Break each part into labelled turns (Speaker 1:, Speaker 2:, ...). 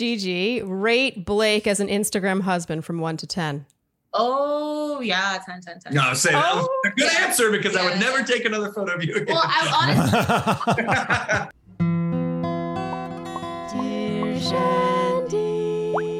Speaker 1: Gigi, rate Blake as an Instagram husband from one to 10.
Speaker 2: Oh yeah, 10, 10, 10.
Speaker 3: No, I'm saying that was
Speaker 1: Oh,
Speaker 3: a good
Speaker 2: yeah.
Speaker 3: answer because I would
Speaker 2: Yeah.
Speaker 3: never take another photo of you again.
Speaker 2: Well, I honestly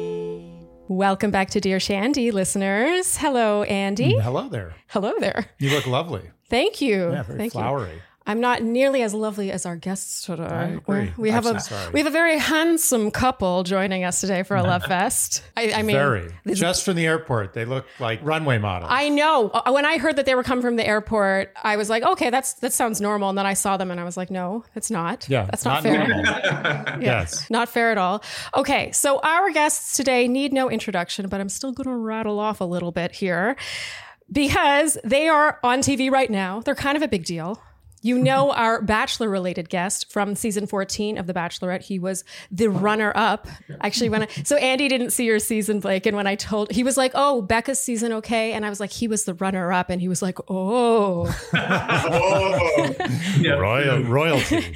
Speaker 1: Welcome back to Dear Shandy, listeners. Hello, Andy.
Speaker 4: Hello there.
Speaker 1: Hello there.
Speaker 4: You look lovely.
Speaker 1: Thank you.
Speaker 4: Yeah, very
Speaker 1: Oh, Thank you.
Speaker 4: flowery.
Speaker 1: I'm not nearly as lovely as our guests today.
Speaker 4: agree.
Speaker 1: We're- We have
Speaker 4: I'm
Speaker 1: a
Speaker 4: so sorry.
Speaker 1: we have a very handsome couple joining us today for a love fest. I, I mean,
Speaker 4: Very.
Speaker 1: this-
Speaker 4: Just from the airport, they look like runway models.
Speaker 1: I know. Uh, When I heard that they were coming from the airport, I was like, okay, that's that sounds normal. And then I saw them, and I was like, no, that's not.
Speaker 4: yeah,
Speaker 1: that's not, fair.
Speaker 4: normal. Yes.
Speaker 1: Not fair at all. Okay, so our guests today need no introduction, but I'm still going to rattle off a little bit here because they are on TV right now. They're kind of a big deal. You know our bachelor related guest from season 14 of The Bachelorette. He was the runner up. Actually, when I, so Andy didn't see your season, Blake. And when I told, he was like, Oh, Becca's season, okay. And I was like, He was the runner up. And he was like, Oh.
Speaker 3: oh, yeah.
Speaker 4: Royal royalty.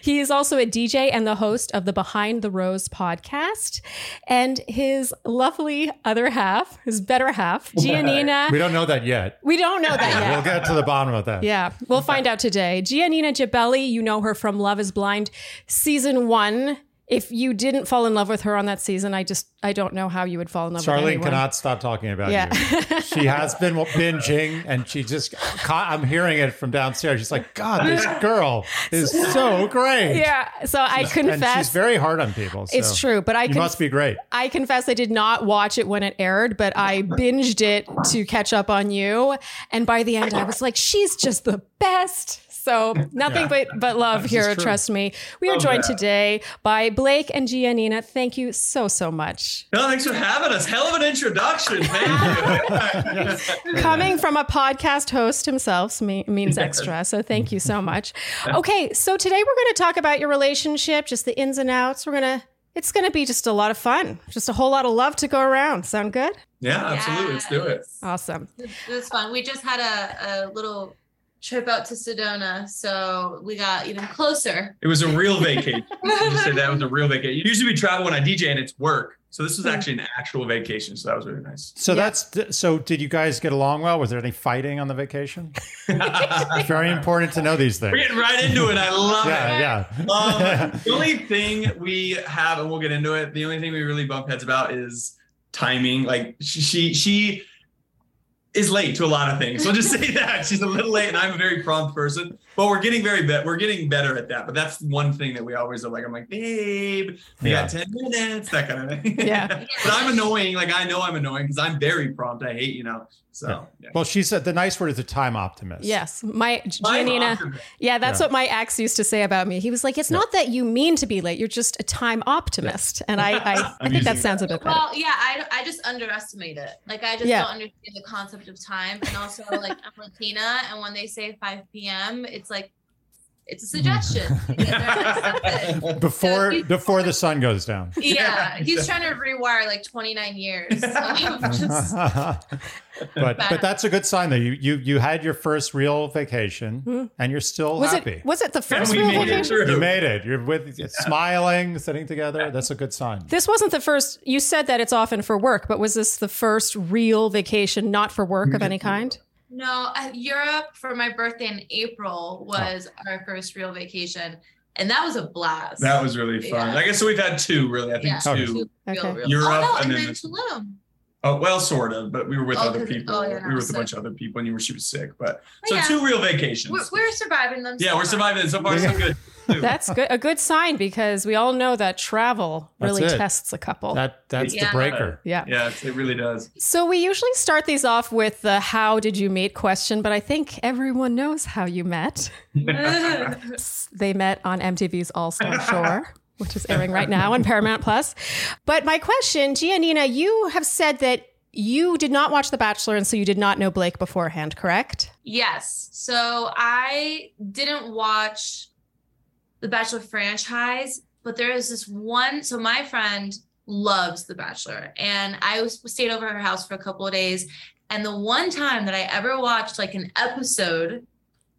Speaker 1: He is also a DJ and the host of the Behind the Rose podcast. And his lovely other half, his better half, Giannina.
Speaker 4: we don't know that yet.
Speaker 1: We don't know that yet.
Speaker 4: We'll get to the bottom of that.
Speaker 1: Yeah, we'll find out today. Giannina Gibelli, you know her from Love is Blind season one. If you didn't fall in love with her on that season, I just, I don't know how you would fall in love with
Speaker 4: Charlene
Speaker 1: anyone.
Speaker 4: cannot stop talking about
Speaker 1: Yeah.
Speaker 4: you. She has been binging, and she just caught. I'm hearing it from downstairs. She's like, "God, this girl is so great."
Speaker 1: yeah, so I
Speaker 4: and she's
Speaker 1: confess.
Speaker 4: very hard on people. So
Speaker 1: It's true, but I
Speaker 4: You
Speaker 1: can
Speaker 4: must be great.
Speaker 1: I confess I did not watch it when it aired, but I binged it to catch up on you. And by the end, I was like, she's just the best. So nothing but but love
Speaker 4: This is
Speaker 1: here,
Speaker 4: true.
Speaker 1: trust me. We are
Speaker 3: Love
Speaker 1: joined
Speaker 3: that.
Speaker 1: today by Blake and Giannina. Thank you so so much.
Speaker 3: No, thanks for having us. Hell of an introduction. Thank you.
Speaker 1: Coming from a podcast host himself me- means extra. So thank you so much. Okay, so today we're going to talk about your relationship, just the ins and outs. We're going to it's going to be just a lot of fun. Just a whole lot of love to go around. Sound good?
Speaker 3: yeah, absolutely. Let's do it.
Speaker 1: Awesome.
Speaker 2: it was fun. We just had a, a little trip out to Sedona, so we got even closer.
Speaker 3: It was a real vacation. you said that was a real vacation. Usually we travel when I DJ and it's work. So this was actually an actual vacation. So that was really nice.
Speaker 4: So
Speaker 1: Yeah.
Speaker 4: that's so. Did you guys get along well? Was there any fighting on the vacation? It's very important to know these
Speaker 3: We're
Speaker 4: things.
Speaker 3: getting right into it. I love it.
Speaker 4: Yeah, yeah.
Speaker 3: Um, the only thing we have, and we'll get into it. The only thing we really bump heads about is timing. Like she, she, she is late to a lot of things. We'll just say that she's a little late, and I'm a very prompt person. But we're getting very bet. We're getting better at that. But that's one thing that we always are like. I'm like, babe, we got ten minutes. That kind of thing.
Speaker 1: Yeah.
Speaker 3: but I'm annoying. Like I know I'm annoying because I'm very prompt. I hate you know. So yeah.
Speaker 4: well, she said the nice word is a time optimist.
Speaker 1: Yes, my G-
Speaker 3: I'm
Speaker 1: Giannina.
Speaker 3: optimistic.
Speaker 1: Yeah, that's
Speaker 4: Yeah.
Speaker 1: what my ex used to say about me. He was like, "It's not that you mean to be late; you're just a time optimist." And I, I, I
Speaker 3: I'm
Speaker 1: think that
Speaker 3: using
Speaker 1: sounds a bit better.
Speaker 2: Well, yeah, I, I just underestimate it. Like I just
Speaker 1: Yeah.
Speaker 2: don't understand the concept of time, and also like I'm Latina, and when they say 5 p.m., it's like it's a suggestion.
Speaker 4: Before before the sun goes down.
Speaker 2: yeah, he's trying to rewire like 29 years. of just-
Speaker 4: but but that's a good sign though. You you you had your first real vacation
Speaker 1: Mhm.
Speaker 4: and you're still
Speaker 1: was
Speaker 4: happy.
Speaker 1: it was it the
Speaker 3: And
Speaker 1: first
Speaker 3: we
Speaker 1: real
Speaker 3: made it
Speaker 1: vacation?
Speaker 3: through.
Speaker 4: you made it. You're with smiling, sitting together. That's a good sign.
Speaker 1: This wasn't the first. You said that it's often for work, but was this the first real vacation, not for work of any kind?
Speaker 2: no, uh, Europe for my birthday in April was our first real vacation, and that was a blast.
Speaker 3: That was really fun.
Speaker 2: Yeah.
Speaker 3: I guess so. We've had two really. I think
Speaker 2: Yeah.
Speaker 4: Okay.
Speaker 3: two.
Speaker 1: Okay.
Speaker 3: Europe
Speaker 2: oh, no,
Speaker 3: and
Speaker 2: and,
Speaker 3: then
Speaker 2: then,
Speaker 3: this-
Speaker 2: Tulum.
Speaker 3: Oh well, sort of, but we were with
Speaker 2: Oh,
Speaker 3: other
Speaker 2: 'cause-
Speaker 3: people.
Speaker 2: oh, yeah,
Speaker 3: we were with
Speaker 2: so-
Speaker 3: a bunch of other people, and you were she was sick. But
Speaker 2: But
Speaker 3: so
Speaker 2: yeah,
Speaker 3: two real vacations.
Speaker 2: we're, we're surviving them.
Speaker 3: yeah,
Speaker 2: so
Speaker 3: we're
Speaker 2: far.
Speaker 3: surviving. So far, so good. too.
Speaker 1: That's good. A good sign because we all know that travel
Speaker 4: That's
Speaker 1: really
Speaker 4: it.
Speaker 1: tests a couple.
Speaker 4: That that's the
Speaker 2: Yeah.
Speaker 4: breaker.
Speaker 1: yeah.
Speaker 3: yeah, it's- it really does.
Speaker 1: So we usually start these off with the how did you meet question, but I think everyone knows how you met. They met on MTV's All Star Shore, which is airing right now on Paramount Plus. But my question, Giannina, you have said that you did not watch The Bachelor, and so you did not know Blake beforehand, correct?
Speaker 2: yes. So I didn't watch the Bachelor franchise, but there is this one. So my friend loves The Bachelor, and I was, stayed over at her house for a couple of days. And the one time that I ever watched like an episode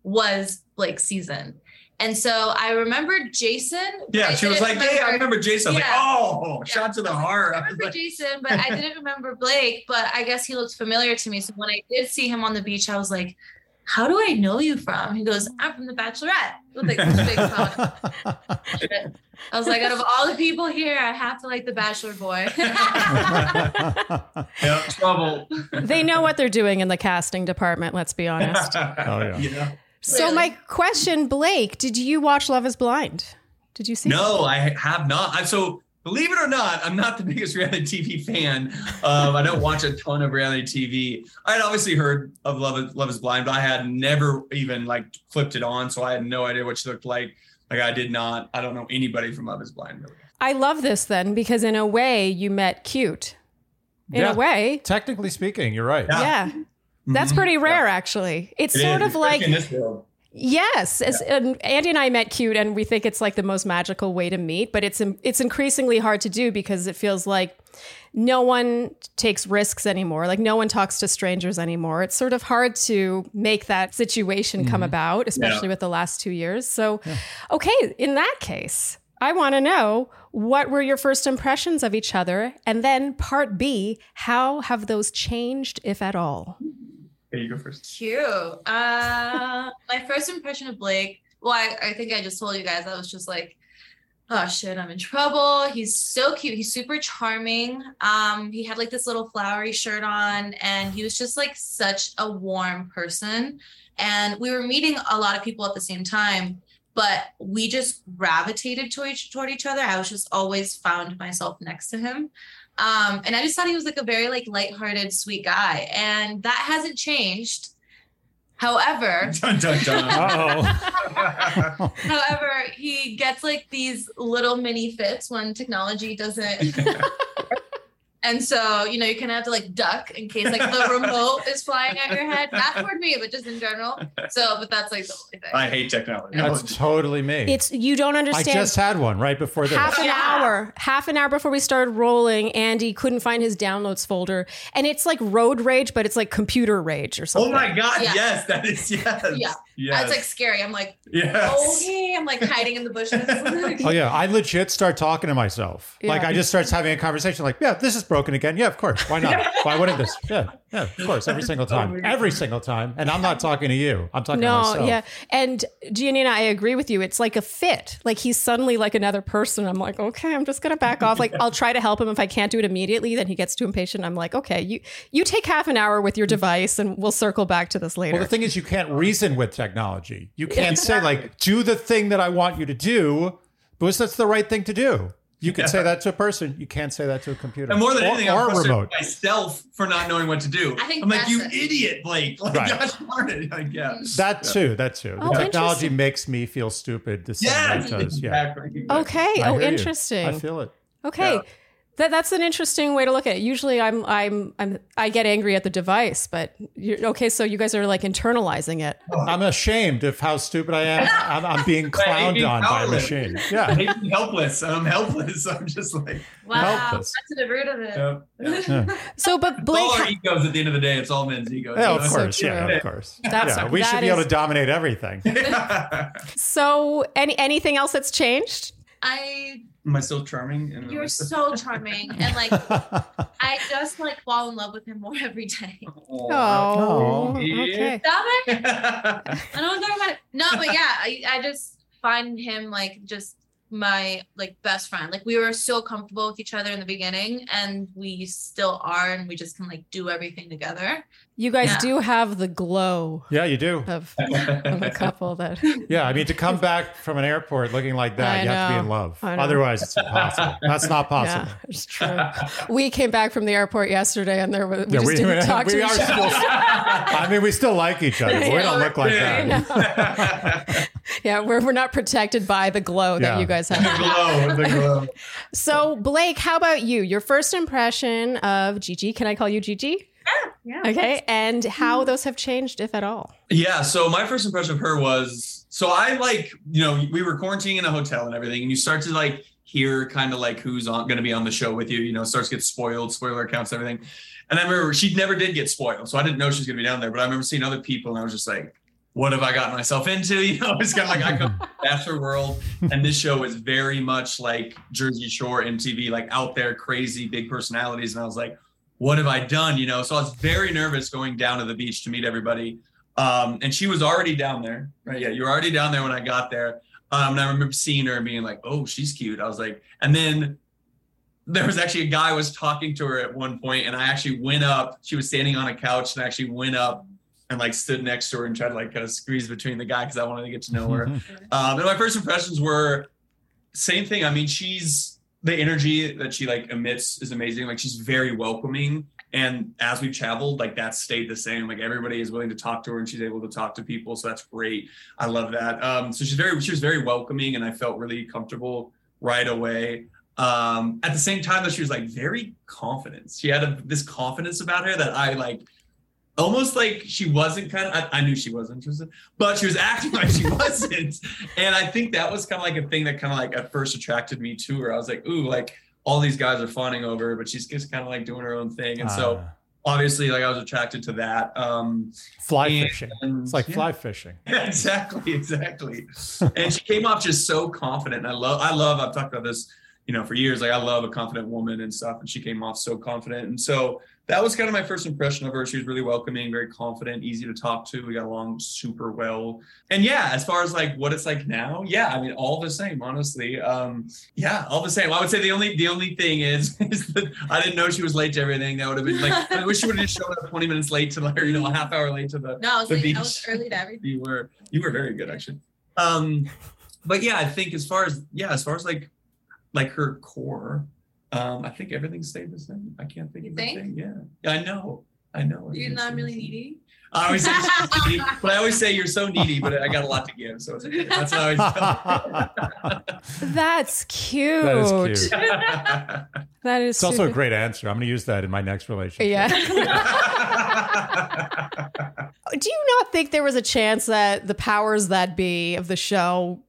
Speaker 2: was Blake's season. And so I remembered Jason. but
Speaker 3: Yeah,
Speaker 2: I
Speaker 3: she was
Speaker 2: didn't
Speaker 3: like, "Hey, I remember Jason." I was
Speaker 2: Yeah.
Speaker 3: like, "Oh, shot to the heart."
Speaker 2: I
Speaker 3: I was
Speaker 2: remember
Speaker 3: like,
Speaker 2: Jason, but I didn't remember Blake. But I guess he looked familiar to me. So when I did see him on the beach, I was like, "How do I know you from?" He goes, "I'm from The Bachelorette." With like this big smile. I was like, "Out of all the people here, I have to like the Bachelor boy."
Speaker 3: "Yep, trouble."
Speaker 1: they know what they're doing in the casting department, let's be honest.
Speaker 5: Oh, yeah.
Speaker 1: So
Speaker 2: Really?
Speaker 1: my question, Blake, did you watch Love is Blind? Did you see
Speaker 3: No, I have not. I, so believe it or not, I'm not the biggest reality TV fan. Um, I don't watch a ton of reality TV. I'd obviously heard of Love is, Love is Blind, but I had never even like flipped it on, so I had no idea what she looked like. Like I did not. I don't know anybody from Love is Blind really.
Speaker 1: I love this then because in a way you met cute. In
Speaker 5: Yeah.
Speaker 1: a way.
Speaker 5: Technically speaking, you're right.
Speaker 3: Yeah.
Speaker 1: Yeah. That's
Speaker 3: Mhm.
Speaker 1: pretty rare actually. It's
Speaker 3: It
Speaker 1: sort
Speaker 3: is,
Speaker 1: of
Speaker 3: especially
Speaker 1: like
Speaker 3: in this world.
Speaker 1: Yes, as, and Andy and I met cute, and we think it's like the most magical way to meet. But it's it's increasingly hard to do because it feels like no one takes risks anymore. Like no one talks to strangers anymore. It's sort of hard to make that situation come
Speaker 5: Mhm.
Speaker 1: about, especially with the last two years. So, okay, in that case, I want to know what were your first impressions of each other, and then part B, how have those changed, if at all?
Speaker 3: Here you go first.
Speaker 2: Cute. Uh, my first impression of Blake. Well, I, I think I just told you guys. I was just like, oh shit, I'm in trouble. He's so cute. He's super charming. Um, he had like this little flowery shirt on, and he was just like such a warm person. And we were meeting a lot of people at the same time, but we just gravitated to each toward each other. I was just always found myself next to him. Um, and I just thought he was like a very like lighthearted, sweet guy, and that hasn't changed. However,
Speaker 3: Dun, dun, dun.
Speaker 5: Uh
Speaker 2: however, he gets like these little mini fits when technology doesn't. and so you know you kind of have to like duck in case like the remote is flying at your head, not toward me, but just in general. So, but that's like the only thing.
Speaker 3: I hate technology.
Speaker 5: oh, that's totally me.
Speaker 1: It's you don't
Speaker 5: I
Speaker 1: understand.
Speaker 5: just had one right before this.
Speaker 1: half an
Speaker 2: Yeah.
Speaker 1: hour half an hour before we started rolling andy couldn't find his downloads folder and it's like road rage but it's like computer rage or
Speaker 3: Oh
Speaker 1: something
Speaker 3: my god,
Speaker 2: Yeah.
Speaker 3: yes, that is yes.
Speaker 2: Yeah.
Speaker 3: Yes.
Speaker 2: It's like scary. I'm like, oh,
Speaker 3: yes.
Speaker 2: hey, I'm like hiding in the bushes.
Speaker 5: Oh yeah, I legit start talking to myself. Like
Speaker 1: Yeah.
Speaker 5: I just starts having a conversation. Like, yeah, this is broken again. Yeah, of course. Why not? Why wouldn't this? Yeah, yeah, of course. Every single
Speaker 3: Oh my
Speaker 5: time.
Speaker 3: God.
Speaker 5: Every single time. And I'm not talking to you. I'm talking to
Speaker 1: no
Speaker 5: myself.
Speaker 1: yeah and giannina i agree with you it's like a fit like he's suddenly like another person i'm like okay i'm just gonna back off like i'll try to help him if i can't do it immediately then he gets too impatient i'm like okay you you take half an hour with your device and we'll circle back to this later
Speaker 5: Well, the thing is, you can't reason with technology. You can't say like, do the thing that I want you to do, because that's the right thing to do. You can
Speaker 3: Yeah.
Speaker 5: say that to a person. You can't say that to a computer.
Speaker 3: And more than
Speaker 5: or,
Speaker 3: anything,
Speaker 5: or
Speaker 3: I'm
Speaker 5: a
Speaker 3: frustrated
Speaker 5: remote.
Speaker 3: with myself for not knowing what to do.
Speaker 2: I think
Speaker 3: I'm like,
Speaker 2: that's
Speaker 3: you
Speaker 2: it.
Speaker 3: idiot, Blake. Like,
Speaker 5: Right.
Speaker 3: gosh darn it. Like, yeah.
Speaker 5: That too. That too. The
Speaker 1: Oh,
Speaker 5: technology
Speaker 1: interesting.
Speaker 5: makes me feel stupid. The same way
Speaker 3: Yeah.
Speaker 5: it does. Yeah.
Speaker 3: Exactly.
Speaker 1: okay
Speaker 5: I
Speaker 1: oh
Speaker 5: hear you.
Speaker 1: interesting
Speaker 5: I feel it.
Speaker 1: Okay.
Speaker 3: Yeah.
Speaker 1: That, that's an interesting way to look at it. Usually, I'm I'm I'm I get angry at the device, but you're, okay, so you guys are like internalizing it.
Speaker 5: I'm ashamed of how stupid I am. I'm, I'm being
Speaker 3: Right,
Speaker 5: clowned
Speaker 3: being
Speaker 5: on by a
Speaker 3: powerless.
Speaker 5: machine.
Speaker 3: I
Speaker 5: Yeah.
Speaker 3: hate being helpless. I'm helpless. I'm just like,
Speaker 2: wow,
Speaker 5: Helpless.
Speaker 2: that's to the root of it.
Speaker 3: yeah. yeah.
Speaker 1: So, but
Speaker 3: It's all
Speaker 1: Blake,
Speaker 3: our egos at the end of the day. It's all men's egos.
Speaker 5: Yeah,
Speaker 1: That's
Speaker 5: of
Speaker 1: so
Speaker 5: course. yeah,
Speaker 1: true.
Speaker 5: of course.
Speaker 1: That's-
Speaker 5: yeah, we
Speaker 1: that
Speaker 5: should be
Speaker 1: is-
Speaker 5: able to dominate everything.
Speaker 1: so any anything else that's changed?
Speaker 2: I
Speaker 3: Am I still charming? And
Speaker 2: You're so charming. And like I just like fall in love with him more every day.
Speaker 1: Oh,
Speaker 5: Oh.
Speaker 1: okay.
Speaker 2: Stop it.
Speaker 3: yeah.
Speaker 2: I don't talk about it. No, but yeah, I, I just find him like just my like best friend. Like we were so comfortable with each other in the beginning and we still are and we just can like do everything together.
Speaker 1: You guys
Speaker 2: Yeah.
Speaker 1: do have the glow
Speaker 5: Yeah, you do.
Speaker 1: of, of a couple that
Speaker 5: Yeah, I mean, to come back from an airport looking like that,
Speaker 1: I
Speaker 5: you have to be
Speaker 1: know.
Speaker 5: in love.
Speaker 1: I know.
Speaker 5: Otherwise, it's impossible. That's not possible.
Speaker 1: yeah, it's true. We came back from the airport yesterday, and there was we
Speaker 5: Yeah,
Speaker 1: just didn't talk
Speaker 5: we
Speaker 1: to
Speaker 5: are
Speaker 1: each other.
Speaker 5: still. I mean, we still like each other. but we don't look like
Speaker 1: I
Speaker 3: Yeah.
Speaker 5: that.
Speaker 1: know. Yeah, we're we're not protected by the glow that
Speaker 5: Yeah.
Speaker 1: you guys have.
Speaker 3: glow, the glow.
Speaker 1: So, Blake, how about you? Your first impression of Gigi. Can I call you Gigi?
Speaker 2: Yeah.
Speaker 1: Okay. And how those have changed, if at all.
Speaker 3: Yeah. So my first impression of her was so I like, you know, we were quarantining in a hotel and everything, and you start to like hear kind of like who's on going to be on the show with you, you know, starts to get spoiled, spoiler accounts, and everything. And I remember she never did get spoiled. So I didn't know she was going to be down there, but I remember seeing other people and I was just like, what have I gotten myself into? You know, it's kind of like I come from Bachelor World, and this show is very much like Jersey Shore MTV, like out there, crazy, big personalities. And I was like, what have I done? You know, so I was very nervous going down to the beach to meet everybody. Um, and she was already down there, right? Yeah, you were already down there when I got there. Um, and I remember seeing her and being like, oh, she's cute. I was like, and then there was actually a guy was talking to her at one point, and I actually went up. She was standing on a couch, and I actually went up and like stood next to her and tried to like kind of squeeze between the guy because I wanted to get to know her. um, and my first impressions were same thing. I mean, she's the energy that she like emits is amazing. Like she's very welcoming. And as we've traveled, like that stayed the same. Like everybody is willing to talk to her and she's able to talk to people. So that's great. I love that. Um, so she's very, she was very welcoming and I felt really comfortable right away. Um, at the same time though, she was like very confident. She had a, this confidence about her that I like almost like she wasn't kind of I, I, knew she was interested but she was acting like she wasn't and i think that was kind of like a thing that kind of like at first attracted me to her i was like ooh like all these guys are fawning over her but she's just kind of like doing her own thing and uh, so
Speaker 4: Ah.
Speaker 3: obviously like i was attracted to that um
Speaker 4: fly and, fishing it's like yeah. fly fishing
Speaker 3: yeah, exactly exactly and she came off just so confident and i love i love i've talked about this you know for years like i love a confident woman and stuff and she came off so confident and so that was kind of my first impression of her. She was really welcoming, very confident, easy to talk to. We got along super well. And yeah, as far as like what it's like now, yeah, I mean, all the same, honestly. Um, yeah, all the same. I would say the only the only thing is, is that I didn't know she was late to everything. That would have been like I wish she would have just showed up 20 minutes late to like, or you know, a half hour late to the
Speaker 2: No, I was,
Speaker 3: the
Speaker 2: late, I was early to everything.
Speaker 3: You were you were very good actually. Um but yeah, I think as far as yeah, as far as like like her core, um, I think everything stayed the same. I can't think
Speaker 2: you
Speaker 3: of
Speaker 2: think?
Speaker 3: anything. Yeah, I know. I know.
Speaker 2: You're not really needy.
Speaker 3: I always say, needy, but I always say you're so needy, but I got a lot to give, so it's okay. That's how I
Speaker 1: always tell. That's cute.
Speaker 4: That is cute. that
Speaker 1: is.
Speaker 4: It's also a great answer. I'm going to use that in my next relationship.
Speaker 1: Yeah. Do you not think there was a chance that the powers that be of the show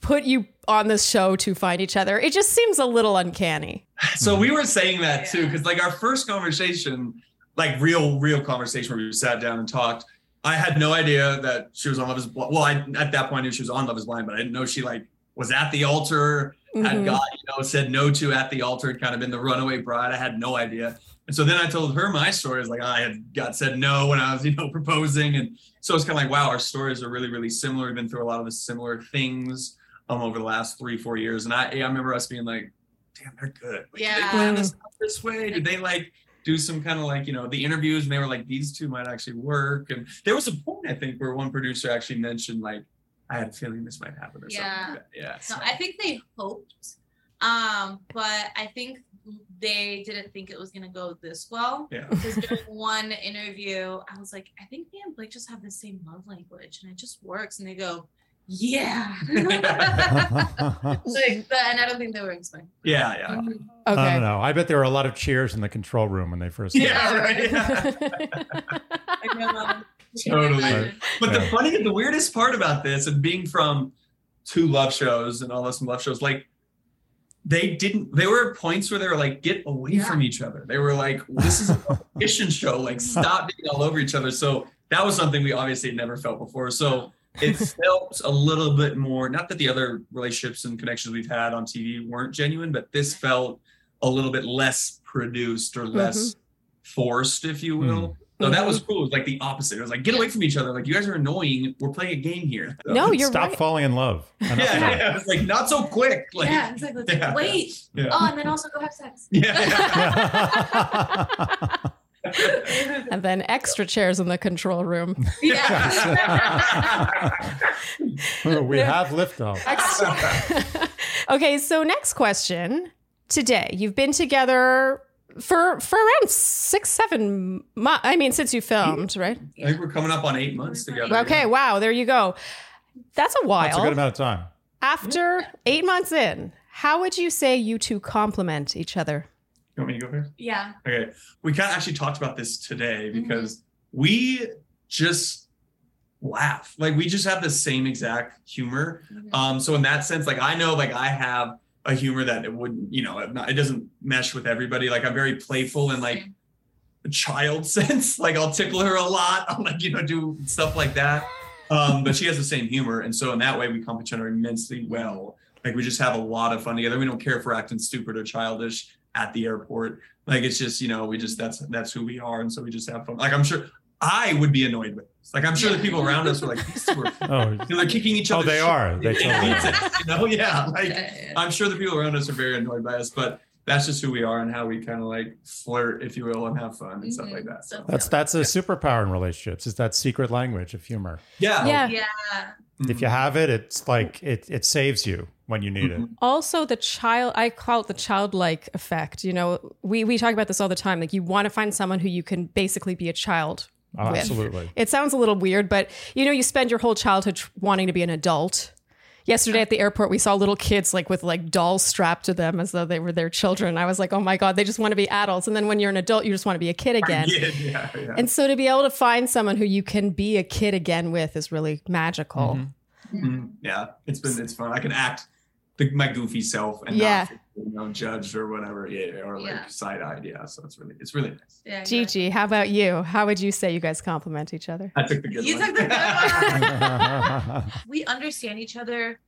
Speaker 1: put you on this show to find each other. It just seems a little uncanny.
Speaker 3: So we were saying that too, because like our first conversation, like real, real conversation where we sat down and talked. I had no idea that she was on Love Is Blind. Well, I, at that point I knew she was on Love Is Blind, but I didn't know she like was at the altar, mm-hmm. had got you know said no to at the altar, kind of been the runaway bride. I had no idea. And so then I told her my story is like I had got said no when I was, you know, proposing. And so it's kind of like, wow, our stories are really, really similar. We've been through a lot of the similar things um over the last three, four years. And I I remember us being like, damn, they're good. Like,
Speaker 2: yeah.
Speaker 3: Did they plan this out this way? Did they like do some kind of like, you know, the interviews and they were like, these two might actually work. And there was a point I think where one producer actually mentioned like, I had a feeling this might happen or
Speaker 2: yeah.
Speaker 3: something. Like yeah.
Speaker 2: So I think they hoped. Um, but I think they didn't think it was gonna go this well.
Speaker 3: Yeah.
Speaker 2: Because during one interview, I was like, I think me and Blake just have the same love language, and it just works. And they go, Yeah. like, but, and I don't think they were expecting.
Speaker 3: Yeah, yeah.
Speaker 1: Okay.
Speaker 4: I don't know. I bet there were a lot of cheers in the control room when they first.
Speaker 3: Yeah, right. Yeah. totally. But the funny, the weirdest part about this, and being from two love shows and all this love shows, like they didn't there were points where they were like get away yeah. from each other they were like this is a competition show like stop being all over each other so that was something we obviously never felt before so it felt a little bit more not that the other relationships and connections we've had on tv weren't genuine but this felt a little bit less produced or less mm-hmm. forced if you will mm. So that was cool. It was like the opposite. It was like, get away from each other. Like, you guys are annoying. We're playing a game here.
Speaker 1: So, no, Oh, you're
Speaker 4: Stop
Speaker 1: right.
Speaker 4: falling in love.
Speaker 3: Yeah, yeah, yeah. It's like, not so quick. Like,
Speaker 2: yeah, it's like, it's like
Speaker 3: yeah.
Speaker 2: wait.
Speaker 3: Yeah.
Speaker 2: Oh, and then also go have sex.
Speaker 3: Yeah.
Speaker 1: and then extra chairs in the control room.
Speaker 2: Yeah.
Speaker 4: we have liftoff.
Speaker 1: Extra- okay, so next question. Today, you've been together for for around six seven months i mean since you filmed right
Speaker 3: i think we're coming up on eight months together
Speaker 1: okay
Speaker 3: yeah.
Speaker 1: wow there you go that's a while
Speaker 4: that's a good amount of time
Speaker 1: after eight months in how would you say you two complement each other
Speaker 3: you want me to go first
Speaker 2: yeah
Speaker 3: okay we kind of actually talked about this today because mm-hmm. we just laugh like we just have the same exact humor mm-hmm. um so in that sense like i know like i have a humor that it wouldn't, you know, it, not, it doesn't mesh with everybody. Like I'm very playful and like a child sense. Like I'll tickle her a lot. I'll like, you know, do stuff like that. Um, but she has the same humor, and so in that way we comp each other immensely well. Like we just have a lot of fun together. We don't care if we're acting stupid or childish at the airport. Like it's just you know we just that's that's who we are, and so we just have fun. Like I'm sure I would be annoyed with this. Like I'm sure the people around us were like these two are
Speaker 4: Oh,
Speaker 3: you know, they're kicking each
Speaker 4: oh
Speaker 3: other.
Speaker 4: they are. They totally are.
Speaker 3: you know, yeah. Like
Speaker 2: Yeah.
Speaker 3: I'm sure the people around us are very annoyed by us, but that's just who we are and how we kind of like flirt, if you will, and have fun um, and stuff
Speaker 2: Mhm.
Speaker 3: like that. So
Speaker 4: That's that's a superpower in relationships. Is that secret language of humor?
Speaker 3: yeah.
Speaker 1: Yeah.
Speaker 2: yeah.
Speaker 3: Mhm.
Speaker 4: If you have it, it's like it it saves you when you need it.
Speaker 1: Mm-hmm.
Speaker 3: Mhm.
Speaker 1: also the child i call it the childlike effect you know we, we talk about this all the time like you want to find someone who you can basically be a child
Speaker 4: Oh,
Speaker 1: With.
Speaker 4: absolutely.
Speaker 1: it sounds a little weird but you know you spend your whole childhood tr- wanting to be an adult yesterday at the airport we saw little kids like with like dolls strapped to them as though they were their children i was like oh my god they just want to be adults and then when you're an adult you just want to be a kid again
Speaker 3: Yeah, yeah, yeah.
Speaker 1: and so to be able to find someone who you can be a kid again with is really magical
Speaker 5: Mm-hmm.
Speaker 4: Mhm.
Speaker 3: Mhm. yeah. It's been it's fun. I can act the, my goofy self and
Speaker 1: Yeah.
Speaker 3: not feel, you know, judged or whatever. Yeah, or like
Speaker 2: Yeah.
Speaker 3: side eyed. Yeah. So it's really it's really nice.
Speaker 2: yeah exactly.
Speaker 1: gigi how about you how would you say you guys compliment each other
Speaker 3: I took the good
Speaker 2: You
Speaker 3: one.
Speaker 2: took the good one.
Speaker 4: Mm-hmm.
Speaker 2: we understand each other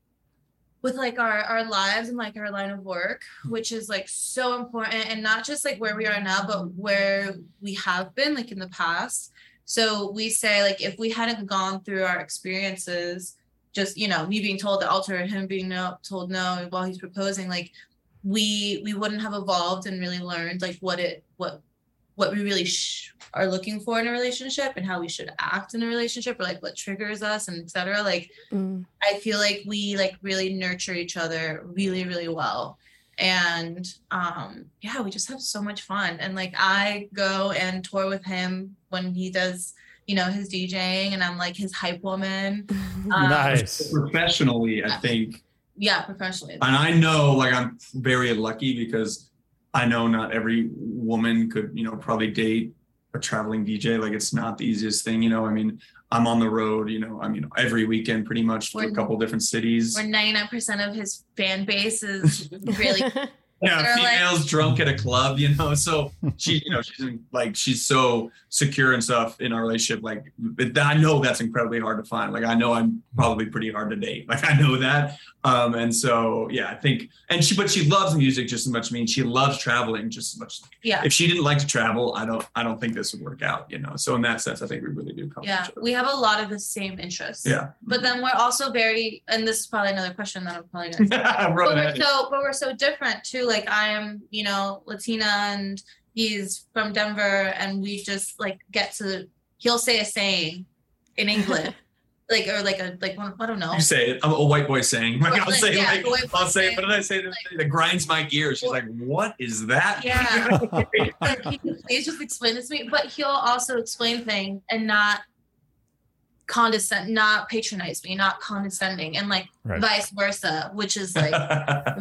Speaker 2: with like our our lives and like our line of work which is like so important and not just like where we are now but where we have been like in the past so we say like if we hadn't gone through our experiences just you know me being told the altar and him being no, told no while he's proposing like we we wouldn't have evolved and really learned like what it what what we really sh- are looking for in a relationship and how we should act in a relationship or like what triggers us and etc like
Speaker 1: Mm.
Speaker 2: I feel like we like really nurture each other really, really well. And um yeah, we just have so much fun. And like I go and tour with him when he does, you know, his DJing and I'm like his hype woman. Um,
Speaker 4: nice.
Speaker 3: Professionally, I think
Speaker 2: Yeah, professionally.
Speaker 3: and I know like I'm very lucky because I know not every woman could, you know, probably date a traveling DJ. Like it's not the easiest thing, you know. I mean, I'm on the road, you know, I mean every weekend pretty much to a
Speaker 2: We're-
Speaker 3: couple different cities.
Speaker 2: Where 99% of his fan base is really
Speaker 3: Yeah,
Speaker 2: They're like-
Speaker 3: females drunk at a club, you know. So she, you know, she's in, like she's so secure and stuff in our relationship. Like, but I know that's incredibly hard to find. Like, I know I'm probably pretty hard to date. Like, I know that. Um, and so yeah, I think. And she, but she loves music just as much as me. And she loves traveling just as much. as-
Speaker 2: yeah.
Speaker 3: If she didn't like to travel, I don't, I don't think this would work out. You know. So in that sense, I think we really do come.
Speaker 2: Yeah. We have a lot of the same interests.
Speaker 3: Yeah.
Speaker 2: But then we're also very and this is probably another question that I'm probably gonna
Speaker 3: I'm
Speaker 2: but
Speaker 3: running
Speaker 2: we're
Speaker 3: ahead.
Speaker 2: so but we're so different too like i am you know latina and he's from denver and we just like get to he'll say a saying in england like or like a like one, i don't know
Speaker 3: You say it. I'm a white boy saying. Like,
Speaker 2: Well,
Speaker 3: I'll say,
Speaker 2: yeah,
Speaker 3: like,
Speaker 2: the white boy
Speaker 3: I'll say,
Speaker 2: saying,
Speaker 3: what did I say? That, that grinds my gears. She's like, what is that?
Speaker 2: yeah like, can you please just explain this to me but he'll also explain things and not condescend not patronize me not condescending and like
Speaker 4: Right.
Speaker 2: vice versa which is like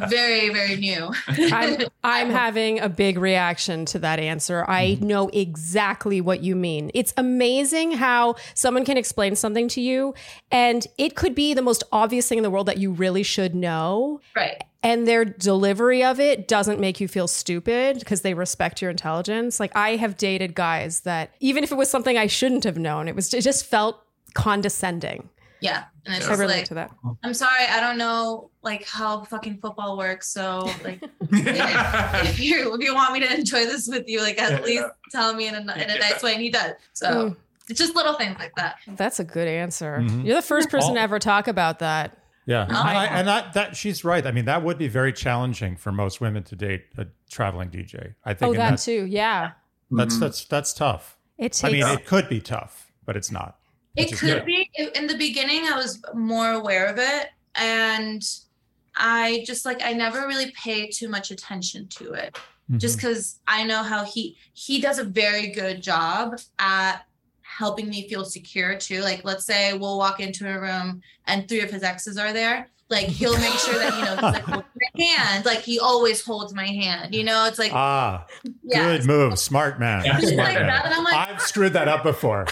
Speaker 2: very very new
Speaker 1: I'm, I'm having a big reaction to that answer. I know exactly what you mean. It's amazing how someone can explain something to you, and it could be the most obvious thing in the world that you really should know.
Speaker 2: right
Speaker 1: And their delivery of it doesn't make you feel stupid because they respect your intelligence. Like, I have dated guys that, even if it was something I shouldn't have known, it was it just felt condescending.
Speaker 2: yeah and it's
Speaker 3: Yeah.
Speaker 1: I
Speaker 2: just
Speaker 1: relate
Speaker 2: like
Speaker 1: to that.
Speaker 2: I'm sorry, I don't know like how fucking football works. So like, if you if you want me to enjoy this with you, like at
Speaker 3: Yeah.
Speaker 2: least tell me in a in a nice way, and he does. So
Speaker 1: Mm.
Speaker 2: it's just little things like that.
Speaker 1: That's a good answer.
Speaker 4: Mhm.
Speaker 1: You're the first person
Speaker 4: All-
Speaker 1: to ever talk about that.
Speaker 4: Yeah, and,
Speaker 2: Oh,
Speaker 4: I,
Speaker 2: yeah.
Speaker 4: and that, that she's right. I mean, that would be very challenging for most women to date a traveling DJ. I think
Speaker 1: Oh,
Speaker 4: and
Speaker 1: that
Speaker 4: that's,
Speaker 1: too. Yeah.
Speaker 4: that's
Speaker 3: Mm. Mm-hmm.
Speaker 4: that's that's tough.
Speaker 1: It takes.
Speaker 4: I mean, it could be tough, but it's not. Which
Speaker 2: It
Speaker 4: is
Speaker 2: could
Speaker 4: good.
Speaker 2: be. I- In the beginning, I was more aware of it, and I just like I never really paid too much attention to it.
Speaker 4: Mm-hmm.
Speaker 2: just because I know how he he does a very good job at helping me feel secure too. Like let's say we'll walk into a room and three of his exes are there. Like he'll make sure that you know he's like, "Well, hand. Like he always holds my hand. You know, it's like
Speaker 4: Ah,
Speaker 2: yeah.
Speaker 4: good move, smart man.
Speaker 3: Yeah.
Speaker 2: Just
Speaker 4: Smart
Speaker 2: like
Speaker 4: man.
Speaker 2: that, and I'm like,
Speaker 4: I've screwed that up before.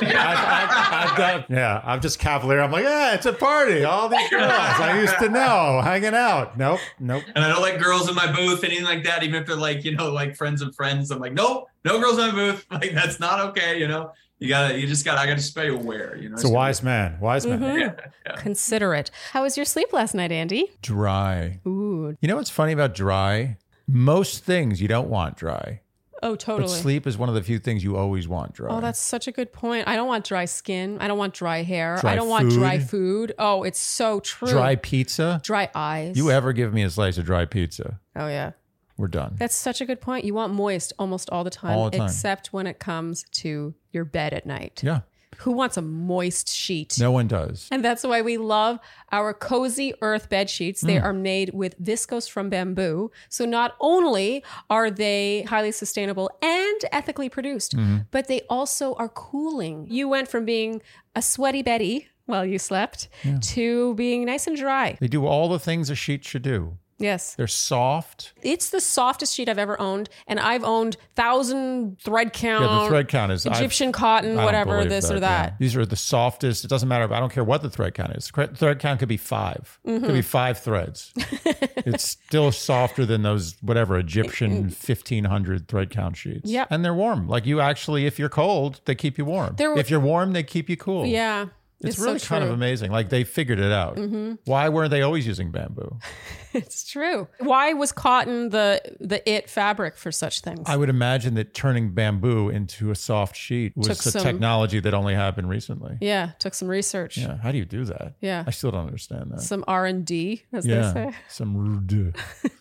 Speaker 4: I've, I've, I've done, yeah, I'm just cavalier. I'm like, yeah, it's a party. All these girls I used to know hanging out. Nope, nope.
Speaker 3: And I don't like girls in my booth, anything like that, even if they're like, you know, like friends of friends. I'm like, nope, no girls in my booth. Like, that's not okay, you know? You gotta, you just gotta, I gotta just be aware, you know?
Speaker 4: It's a wise man. Wise man.
Speaker 1: Mhm. Considerate. How was your sleep last night, Andy?
Speaker 5: Dry.
Speaker 1: Ooh.
Speaker 5: You know what's funny about dry? Most things you don't want dry,
Speaker 1: Oh,
Speaker 5: but
Speaker 1: totally.
Speaker 5: sleep is one of the few things you always want dry.
Speaker 1: Oh, that's such a good point. I don't want dry skin. I don't want dry hair.
Speaker 5: Dry
Speaker 1: I don't want dry
Speaker 5: food.
Speaker 1: food. Oh, it's so true.
Speaker 5: dry pizza.
Speaker 1: Dry eyes.
Speaker 5: You ever give me a slice of dry pizza?
Speaker 1: Oh yeah.
Speaker 5: We're done.
Speaker 1: That's such a good point. You want moist almost all the time,
Speaker 5: All the time.
Speaker 1: except when it comes to your bed at night.
Speaker 5: yeah,
Speaker 1: Who wants a moist sheet?
Speaker 5: no one does.
Speaker 1: And that's why we love our cozy earth bed sheets.
Speaker 5: Mm.
Speaker 1: They are made with viscose from bamboo. So not only are they highly sustainable and ethically produced,
Speaker 5: Mm-hmm.
Speaker 1: but they also are cooling. You went from being a sweaty Betty while you slept to being nice and dry.
Speaker 5: They do all the things a sheet should do.
Speaker 1: Yes.
Speaker 5: They're soft.
Speaker 1: It's the softest sheet I've ever owned. And I've owned thousand thread count,
Speaker 5: Yeah, the thread count is I've-
Speaker 1: Egyptian cotton,
Speaker 5: I don't
Speaker 1: whatever,
Speaker 5: believe
Speaker 1: this or
Speaker 5: yeah.
Speaker 1: that.
Speaker 5: These are the softest. It doesn't matter. I don't care what the thread count is. Thre- Thread count could be 5 Could
Speaker 1: Mm-hmm.
Speaker 5: be five threads. it's still softer than those whatever Egyptian fifteen hundred thread count sheets.
Speaker 1: Yep.
Speaker 5: and they're warm. Like you actually, if you're cold, they keep you warm.
Speaker 1: They're-
Speaker 5: if you're warm, they keep you cool.
Speaker 1: Yeah.
Speaker 5: It's,
Speaker 1: so
Speaker 5: really kind of
Speaker 1: true. Mm-hmm.
Speaker 5: amazing. Like they figured it out. Why weren't they always using bamboo?
Speaker 1: It's true. Why was cotton the the it fabric for such things?
Speaker 5: I would imagine that turning bamboo into a soft sheet was
Speaker 1: Took
Speaker 5: a
Speaker 1: some-
Speaker 5: technology that only happened recently.
Speaker 1: yeah, took some research.
Speaker 5: Yeah. How do you do that?
Speaker 1: Yeah.
Speaker 5: I still don't understand that.
Speaker 1: Some R and D, as they
Speaker 5: yeah.
Speaker 1: say.
Speaker 5: Some rude.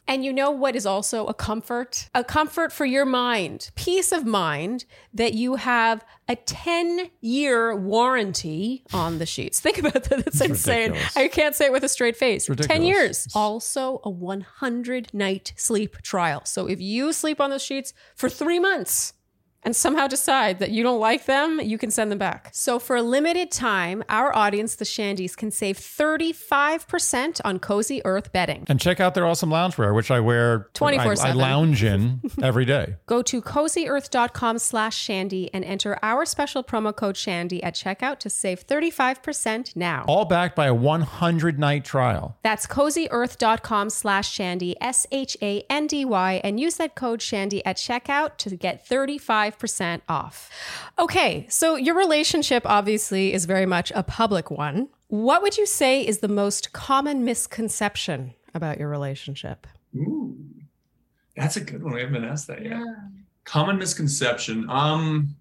Speaker 1: And you know what is also a comfort? A comfort for your mind, peace of mind that you have a 10 year warranty on the sheets. Think about that. That's insane.
Speaker 5: ridiculous.
Speaker 1: I can't say it with a straight face. 10
Speaker 5: ridiculous.
Speaker 1: years. Also, a 100 night sleep trial. So if you sleep on those sheets for three months, and somehow decide that you don't like them, you can send them back. So, for a limited time, our audience, the Shandies, can save 35% on Cozy Earth bedding.
Speaker 5: and check out their awesome loungewear, which I wear
Speaker 1: 24/7.
Speaker 5: I, I lounge in every day.
Speaker 1: Go to cozyearth.com slash shandy and enter our special promo code shandy at checkout to save 35% now.
Speaker 5: All backed by a 100 night trial.
Speaker 1: That's cozyearth.com slash shandy, S H A N D Y, and use that code shandy at checkout to get 35% off. Okay, so your relationship obviously is very much a public one. What would you say is the most common misconception about your relationship?
Speaker 3: Ooh, that's a good one. We haven't been asked that yet. Common misconception. Um,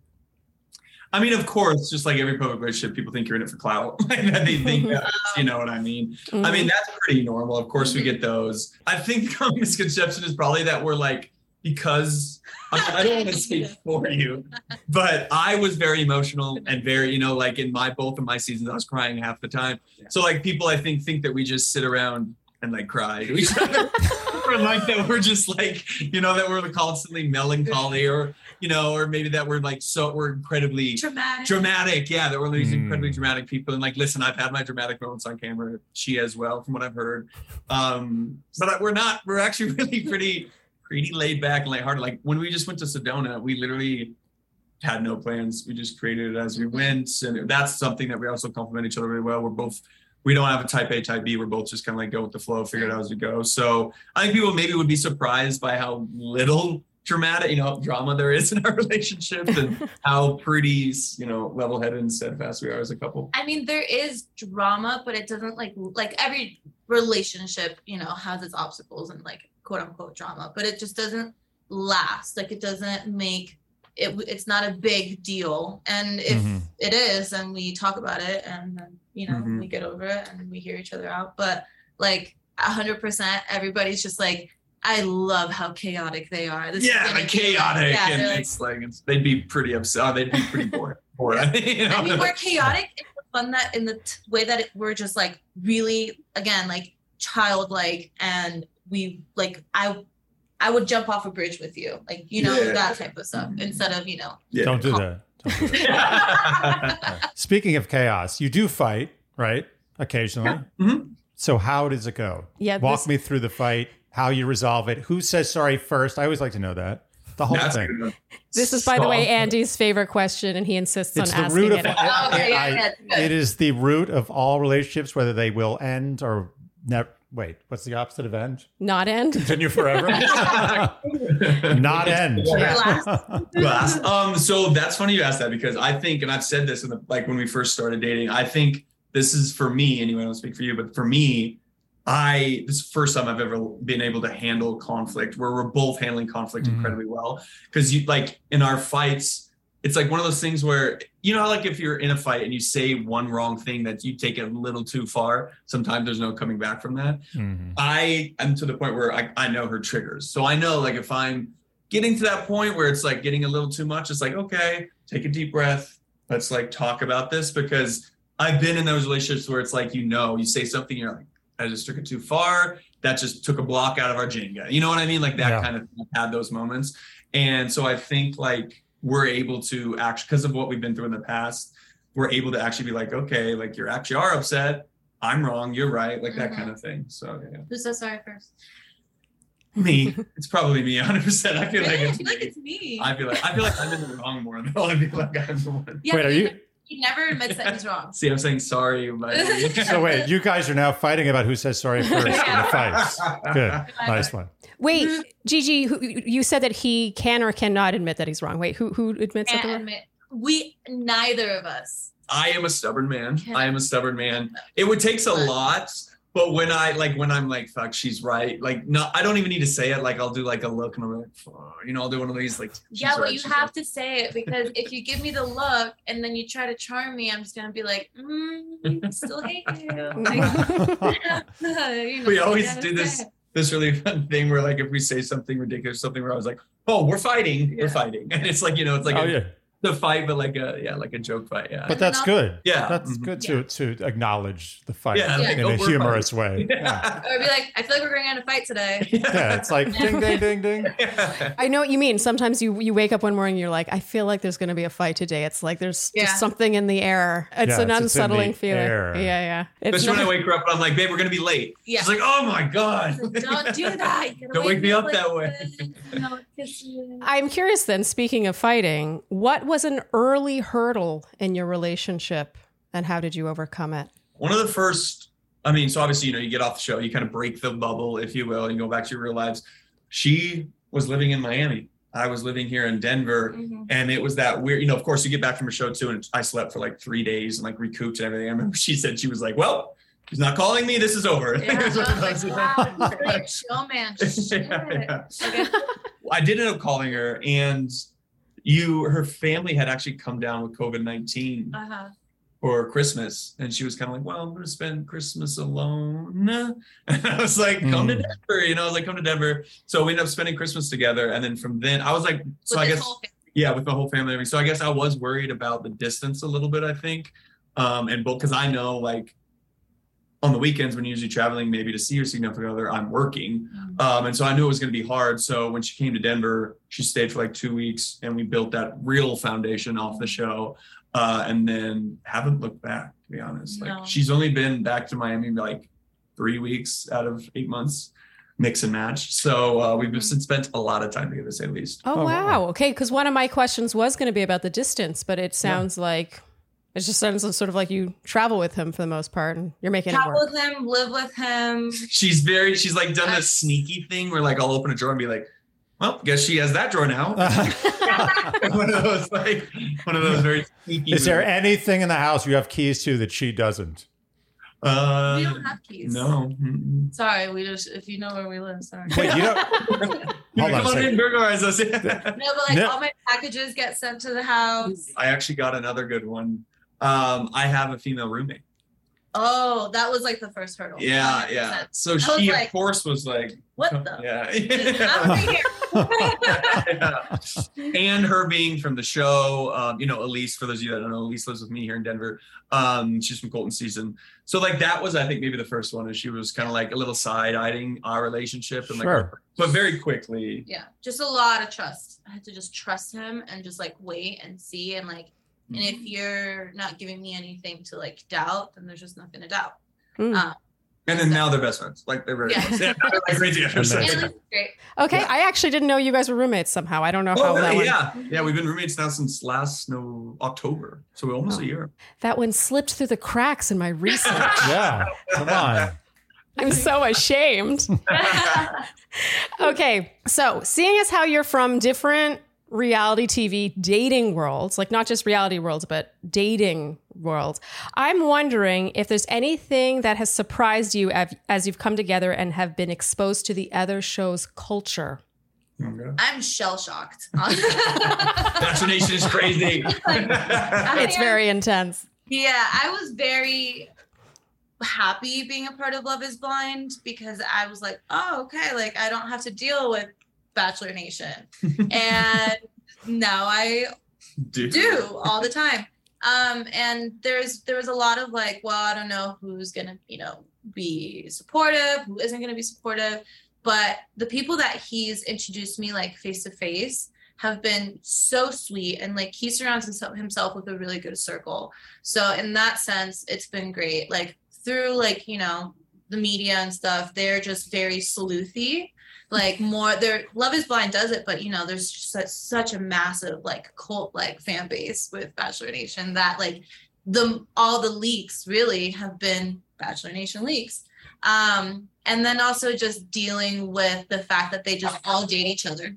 Speaker 3: I mean, of course, just like every public relationship, people think you're in it for clout. like that they think that, you know what I mean. I
Speaker 1: Mm-hmm.
Speaker 3: mean, that's pretty normal. Of course, we get those. I think the common misconception is probably that we're like, because I I don't want to speak for you, but I was very emotional and very, you know, like in my both of my seasons, I was crying half the time. So like people, I think think that we just sit around and like cry to each other, or like that we're just like, you know, that we're constantly melancholy, or you know, or maybe that we're like so we're incredibly
Speaker 2: dramatic.
Speaker 3: dramatic. Yeah, there were these
Speaker 5: Hmm.
Speaker 3: incredibly dramatic people. And like, listen, I've had my dramatic moments on camera. She as well, from what I've heard. Um, but I- we're not. We're actually really pretty, pretty laid back and lighthearted. Like when we just went to Sedona, we literally had no plans. We just created it as we went, and that's something that we also complement each other really well. We're both. We don't have a type A, type B. We're both just kind of like go with the flow, figure it out as we go. So I think people maybe would be surprised by how little dramatic, you know, drama there is in our relationship, and how pretty, you know, level-headed and steadfast we are as a couple.
Speaker 2: I mean, there is drama, but it doesn't like like every relationship, you know, has its obstacles and like quote unquote drama, but it just doesn't last. Like it doesn't make it. It's not a big deal, and if
Speaker 5: Mhm.
Speaker 4: Mm-hmm.
Speaker 2: it is, then we talk about it, and then you know
Speaker 3: Mhm.
Speaker 2: we get over it and we hear each other out. But like a hundred percent, everybody's just like, I love how chaotic they are. This is
Speaker 3: yeah,
Speaker 2: gonna
Speaker 3: like
Speaker 2: be-
Speaker 3: chaotic,
Speaker 2: Yeah,
Speaker 3: and
Speaker 2: they're like,
Speaker 3: it's like it's, they'd be pretty upset. Oh, they'd be pretty bored. bored. I mean, you know,
Speaker 2: I mean,
Speaker 3: they're
Speaker 2: we're
Speaker 3: like,
Speaker 2: chaotic in the fun that in the t- way that it, we're just like really again like childlike, and we like I I would jump off a bridge with you, like you know
Speaker 3: Yeah.
Speaker 2: that type of stuff, instead of you know.
Speaker 3: yeah.
Speaker 4: Don't do that. Don't do that.
Speaker 3: yeah.
Speaker 4: Speaking of chaos, you do fight, right? Occasionally.
Speaker 3: Mhm.
Speaker 4: So how does it go?
Speaker 1: Yeah,
Speaker 4: Walk
Speaker 1: this-
Speaker 4: me through the fight. How you resolve it? Who says sorry first? I always like to know that. The whole
Speaker 3: That's
Speaker 4: thing.
Speaker 3: good.
Speaker 1: This is, by the way,
Speaker 3: Strong.
Speaker 1: Andy's favorite question, and he insists
Speaker 4: It's
Speaker 1: on
Speaker 4: the
Speaker 1: asking
Speaker 4: root of
Speaker 1: it.
Speaker 2: Oh, okay, yeah,
Speaker 4: I-
Speaker 2: that's good.
Speaker 4: it is the root of all relationships, whether they will end or never. Wait, what's the opposite of end?
Speaker 1: Not end.
Speaker 4: Continue forever. Not end.
Speaker 2: Relax.
Speaker 3: Glass. Um, so that's funny you asked that because I think, and I've said this in the, like when we first started dating, I think this is for me, anyway, I don't speak for you, but for me, I this is the first time I've ever been able to handle conflict where we're both handling conflict
Speaker 5: Mhm.
Speaker 3: incredibly well. Cause you like in our fights, it's like one of those things where you know how like if you're in a fight and you say one wrong thing that you take it a little too far, sometimes there's no coming back from that.
Speaker 5: Mhm.
Speaker 3: I am to the point where I, I know her triggers. So I know like if I'm getting to that point where it's like getting a little too much, it's like, okay, take a deep breath. Let's like talk about this because I've been in those relationships where it's like, you know, you say something, you're like, I just took it too far. That just took a block out of our Jenga. You know what I mean? Like that
Speaker 5: Yeah.
Speaker 3: kind of thing. I've had those moments. And so I think like we're able to actually, because of what we've been through in the past, we're able to actually be like, okay, like you actually are upset. I'm wrong. You're right. Like that
Speaker 2: Mhm.
Speaker 3: kind of thing. So yeah.
Speaker 2: Who says sorry first?
Speaker 3: Me. It's probably me, 100. percent I feel like
Speaker 2: Really? I
Speaker 3: it's
Speaker 2: feel like
Speaker 3: me.
Speaker 2: it's me.
Speaker 3: I feel like I feel like I'm in the wrong more than I feel like I'm the one.
Speaker 2: yeah,
Speaker 4: Wait, are you?
Speaker 2: He never admits that he's wrong.
Speaker 3: See, I'm saying sorry, but
Speaker 4: So wait, you guys are now fighting about who says sorry first in the fights. Good, nice one.
Speaker 1: Wait, Gigi, who, you said that he can or cannot admit that he's wrong. Wait, who who admits that?
Speaker 2: Can't
Speaker 1: they're wrong?
Speaker 2: admit. We neither of us.
Speaker 3: I am a stubborn man. I am a stubborn man. It would takes a lot, but when I like when I'm like, fuck, she's right. Like, no, I don't even need to say it. Like, I'll do like a look and I'm like, fuck, you know, I'll do one of these like. she's
Speaker 2: Yeah,
Speaker 3: right,
Speaker 2: but you
Speaker 3: she's
Speaker 2: have to say it because if you give me the look and then you try to charm me, I'm just gonna be like, mm, still hate you. Like,
Speaker 4: Oh,
Speaker 2: you know,
Speaker 3: We
Speaker 2: you
Speaker 3: always
Speaker 2: gotta
Speaker 3: do
Speaker 2: say
Speaker 3: this.
Speaker 2: it.
Speaker 3: This really fun thing where like if we say something ridiculous, something where I was like, oh, we're fighting, we're
Speaker 2: Yeah.
Speaker 3: fighting, and it's like you know, it's like
Speaker 5: oh
Speaker 3: a,
Speaker 5: yeah.
Speaker 3: the fight, but like a yeah, like a joke fight. Yeah.
Speaker 4: But that's good.
Speaker 3: Yeah. Mm-hmm.
Speaker 4: that's good to to acknowledge the fight
Speaker 3: Yeah,
Speaker 2: like,
Speaker 4: in
Speaker 3: oh,
Speaker 4: a
Speaker 3: we're
Speaker 4: humorous way. Yeah.
Speaker 2: Or be like, I feel like we're gonna get in a fight today.
Speaker 4: yeah, it's like ding ding ding ding.
Speaker 1: I know what you mean. Sometimes you you wake up one morning and you're like, I feel like there's going to be a fight today. It's like there's
Speaker 2: Yeah.
Speaker 1: just something in the air. It's
Speaker 4: Yeah,
Speaker 1: an
Speaker 4: it's- it's in the
Speaker 1: unsettling feeling.
Speaker 4: air.
Speaker 1: Yeah, yeah. It's
Speaker 3: Especially when I
Speaker 1: not-
Speaker 3: wake her up and I'm like, babe, we're gonna be late.
Speaker 2: Yeah.
Speaker 3: She's like, oh my god.
Speaker 2: Don't do that. You gotta
Speaker 3: Don't wake me up
Speaker 2: like
Speaker 3: that way.
Speaker 2: this, you know, 'cause, uh,
Speaker 1: I'm curious then, speaking of fighting, what was an early hurdle in your relationship and how did you overcome it?
Speaker 3: One of the first, I mean, so obviously, you know, you get off the show, you kind of break the bubble, if you will, and go back to your real lives. She was living in Miami. I was living here in Denver.
Speaker 2: mhm.
Speaker 3: And it was that weird, you know, of course you get back from a show too, and I slept for like three days and like recouped and everything. I remember she said she was like, Well, she's not calling me, this is over.
Speaker 2: Yeah,
Speaker 3: It was one of
Speaker 2: I was
Speaker 3: those-
Speaker 2: like, wow, he's really a showman. Shit.
Speaker 3: Yeah, yeah.
Speaker 2: Okay.
Speaker 3: I did end up calling her, and you, her family had actually come down with COVID 19
Speaker 2: Uh-huh.
Speaker 3: for Christmas. And she was kind of like, Well, I'm going to spend Christmas alone. And I was like, Come to
Speaker 5: Mm.
Speaker 3: Denver. You know, I was like, Come to Denver. So we ended up spending Christmas together. And then from then, I was like, So
Speaker 2: With
Speaker 3: I
Speaker 2: his
Speaker 3: guess,
Speaker 2: whole family.
Speaker 3: yeah, with my whole family. and everything. So I guess I was worried about the distance a little bit, I think. Um, and both, because I know, like, on the weekends when you're usually traveling, maybe to see your significant other, I'm working. Um, and so I knew it was going to be hard. So when she came to Denver, she stayed for like two weeks and we built that real foundation off the show. Uh, and then haven't looked back, to be honest. Like
Speaker 2: No.
Speaker 3: she's only been back to Miami like three weeks out of eight months, mix and match. So uh, we've
Speaker 2: Mhm.
Speaker 3: spent a lot of time together, to say the least.
Speaker 1: Oh,
Speaker 5: Oh,
Speaker 1: wow.
Speaker 5: wow.
Speaker 1: Okay, because one of my questions was going to be about the distance, but it sounds like it just sounds sort of like you travel with him for the most part, and you're making it
Speaker 2: Travel
Speaker 1: work.
Speaker 2: with him, live with him.
Speaker 3: She's very, she's like done
Speaker 2: I-
Speaker 3: this sneaky thing where like I'll open a drawer and be like, well, guess she has that drawer now.
Speaker 4: Uh.
Speaker 3: one of those like, one of those very sneaky.
Speaker 4: Is there
Speaker 3: moves.
Speaker 4: anything in the house you have keys to that she doesn't?
Speaker 3: Uh,
Speaker 2: we don't have keys.
Speaker 3: no. Mm-mm.
Speaker 2: Sorry, we just if you know where we live, sorry.
Speaker 4: Wait, you don't. Hold on a
Speaker 3: Come
Speaker 4: second.
Speaker 3: in, burglarize us. Yeah.
Speaker 2: No, but like
Speaker 4: No.
Speaker 2: all my packages get sent to the house.
Speaker 3: I actually got another good one. Um, I have a female roommate.
Speaker 2: Oh, that was like the first hurdle.
Speaker 3: Yeah,
Speaker 2: 100%.
Speaker 3: yeah. So
Speaker 2: was
Speaker 3: she,
Speaker 2: like,
Speaker 3: of course, was like,
Speaker 2: What the?
Speaker 3: yeah.
Speaker 2: I'm right here.
Speaker 3: Yeah. And her being from the show, um, you know, Elise, for those of you that don't know, Elise lives with me here in Denver. Um, she's from Colton season. So like that was, I think, maybe the first one. And she was kind of like a little side-eyeing our relationship and like
Speaker 5: Sure.
Speaker 3: but very quickly.
Speaker 2: Yeah, just a lot of trust. I had to just trust him and just like wait and see and like. And
Speaker 3: Mm-hmm.
Speaker 2: if you're not giving me anything to like doubt, then there's just nothing to doubt.
Speaker 1: Mm.
Speaker 2: Uh,
Speaker 3: And then now they're best friends. Like they're very
Speaker 2: Yeah.
Speaker 3: close. Yeah, now they're like great together. So.
Speaker 5: Yeah.
Speaker 2: Italy's great.
Speaker 1: Okay, I actually didn't know you guys were roommates somehow. I don't know how
Speaker 3: Oh,
Speaker 1: that
Speaker 3: really?
Speaker 1: went.
Speaker 3: Yeah. Yeah, we've been roommates now since last no October. So we're
Speaker 1: Oh.
Speaker 3: almost a year.
Speaker 1: That one slipped through the cracks in my research.
Speaker 5: Yeah. Come on.
Speaker 1: I'm so ashamed. Okay, so seeing as how you're from different reality TV dating worlds, like not just reality worlds, but dating worlds, I'm wondering if there's anything that has surprised you av- as you've come together and have been exposed to the other show's culture.
Speaker 2: I'm shell shocked.
Speaker 3: Fascination is crazy.
Speaker 1: It's very intense.
Speaker 2: Yeah, I was very happy being a part of Love is Blind because I was like, oh, okay, like I don't have to deal with Bachelor Nation. and now I
Speaker 3: Dude.
Speaker 2: do all the time. Um, and there's there was a lot of like, well, I don't know who's gonna, you know, be supportive, who isn't gonna be supportive. But the people that he's introduced me like face to face have been so sweet and like he surrounds himself himself with a really good circle. So in that sense, it's been great. Like through like, you know, the media and stuff, they're just very sleuthy. Like more their Love is Blind does it, but you know, there's just such such a massive like cult like fan base with Bachelor Nation that like the all the leaks really have been Bachelor Nation leaks. Um and then also just dealing with the fact that they just all date each other.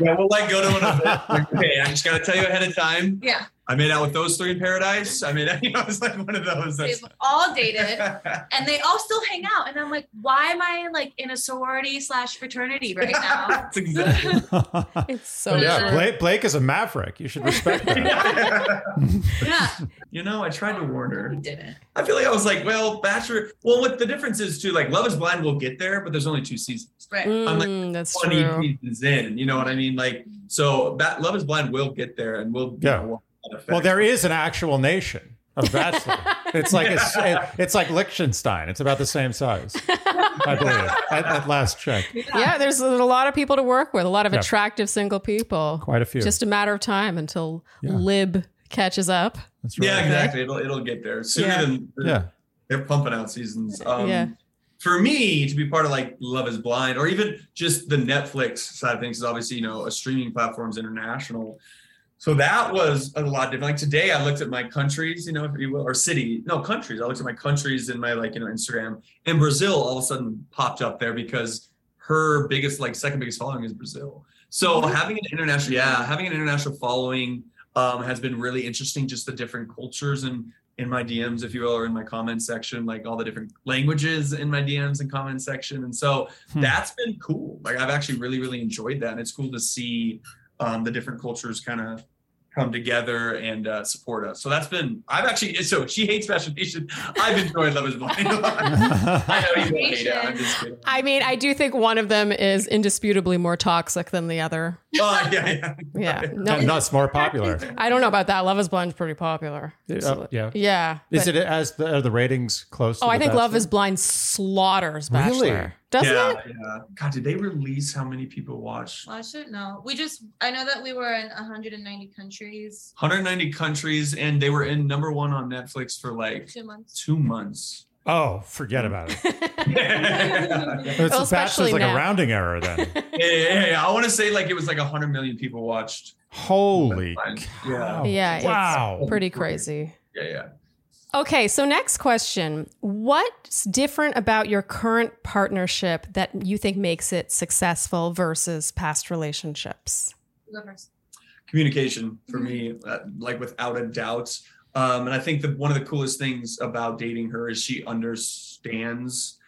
Speaker 3: Yeah, we'll like go to one of the like, okay, I just gotta tell you ahead of time.
Speaker 2: Yeah.
Speaker 3: I made out with those three in paradise. I made out, you know, it's like one of those.
Speaker 2: They've
Speaker 3: That's,
Speaker 2: all dated. and they all still hang out and i'm like why am i like in a sorority slash fraternity right now
Speaker 3: That's exactly.
Speaker 1: It's so
Speaker 4: yeah,
Speaker 1: true.
Speaker 4: Blake, Blake is a maverick. You should respect that.
Speaker 2: yeah
Speaker 3: you know, I tried to warn her.
Speaker 2: we didn't
Speaker 3: I feel like I was like, well, Bachelor. Well, what the difference is too, like Love is Blind will get there, but there's only two seasons.
Speaker 2: right
Speaker 3: I'm like,
Speaker 1: Mm, that's
Speaker 3: 20
Speaker 1: true.
Speaker 3: seasons in, you know what I mean? Like, so that Love is Blind will get there and will.
Speaker 4: Yeah. Well, there
Speaker 3: there is.
Speaker 4: is an actual nation of bachelor. It's like it's, it's like Liechtenstein. It's about the same size, I believe. At, at last check,
Speaker 1: Yeah, there's a lot of people to work with, a lot of
Speaker 4: Yeah.
Speaker 1: attractive single people.
Speaker 4: quite a few.
Speaker 1: Just a matter of time until
Speaker 4: Yeah.
Speaker 1: Lib catches up.
Speaker 4: That's right.
Speaker 3: Yeah, exactly. It'll it'll get there sooner
Speaker 1: Yeah.
Speaker 3: than
Speaker 4: Yeah.
Speaker 3: they're pumping out seasons. Um,
Speaker 1: Yeah.
Speaker 3: For me to be part of like Love Is Blind or even just the Netflix side of things is obviously you know a streaming platform's international. So that was a lot different. Like today, I looked at my countries, you know, if you will, or city, no countries. I looked at my countries in my like you know Instagram, and Brazil all of a sudden popped up there because her biggest like second biggest following is Brazil. So having an international, yeah, having an international following um, has been really interesting. Just the different cultures and in my DMs, if you will, or in my comment section, like all the different languages in my DMs and comment section. And so
Speaker 4: Hmm.
Speaker 3: that's been cool. Like I've actually really, really enjoyed that. And it's cool to see um, the different cultures kind of come together and uh, support us. So that's been, I've actually, so she hates Fashion Nation. I've enjoyed Love is Blind. I know you don't hate it. I'm just kidding.
Speaker 1: I mean, I do think one of them is indisputably more toxic than the other.
Speaker 3: Oh, yeah, yeah.
Speaker 1: Yeah. No,
Speaker 4: and thus more popular.
Speaker 1: I don't know about that. Love is Blind's pretty popular.
Speaker 4: Uh, yeah.
Speaker 1: Yeah.
Speaker 4: Is
Speaker 1: but-
Speaker 4: it as the, are the ratings close?
Speaker 1: Oh,
Speaker 4: to
Speaker 1: I
Speaker 4: the
Speaker 1: think Love
Speaker 4: Bachelor?
Speaker 1: is Blind slaughters Bachelor.
Speaker 4: Really?
Speaker 1: Doesn't it?
Speaker 3: Yeah, yeah. God, did they release how many people watched?
Speaker 2: watch it no we just i know that we were in 190 countries
Speaker 3: 190 countries, and they were in number one on Netflix for like
Speaker 2: two months
Speaker 3: two months.
Speaker 4: Oh, forget about it.
Speaker 3: yeah,
Speaker 4: It's
Speaker 1: Well,
Speaker 4: the bachelor's
Speaker 1: especially
Speaker 4: like
Speaker 1: now.
Speaker 4: a rounding error then.
Speaker 3: yeah, yeah. I want to say like it was like 100 million people watched.
Speaker 4: Holy
Speaker 3: Fine.
Speaker 4: cow.
Speaker 1: Yeah, it's-
Speaker 4: Wow.
Speaker 1: Pretty crazy.
Speaker 3: Yeah, yeah.
Speaker 1: Okay, so next question. What's different about your current partnership that you think makes it successful versus past relationships?
Speaker 2: You go first.
Speaker 3: Communication for me, uh, like without a doubt. Um, and I think that one of the coolest things about dating her is she understands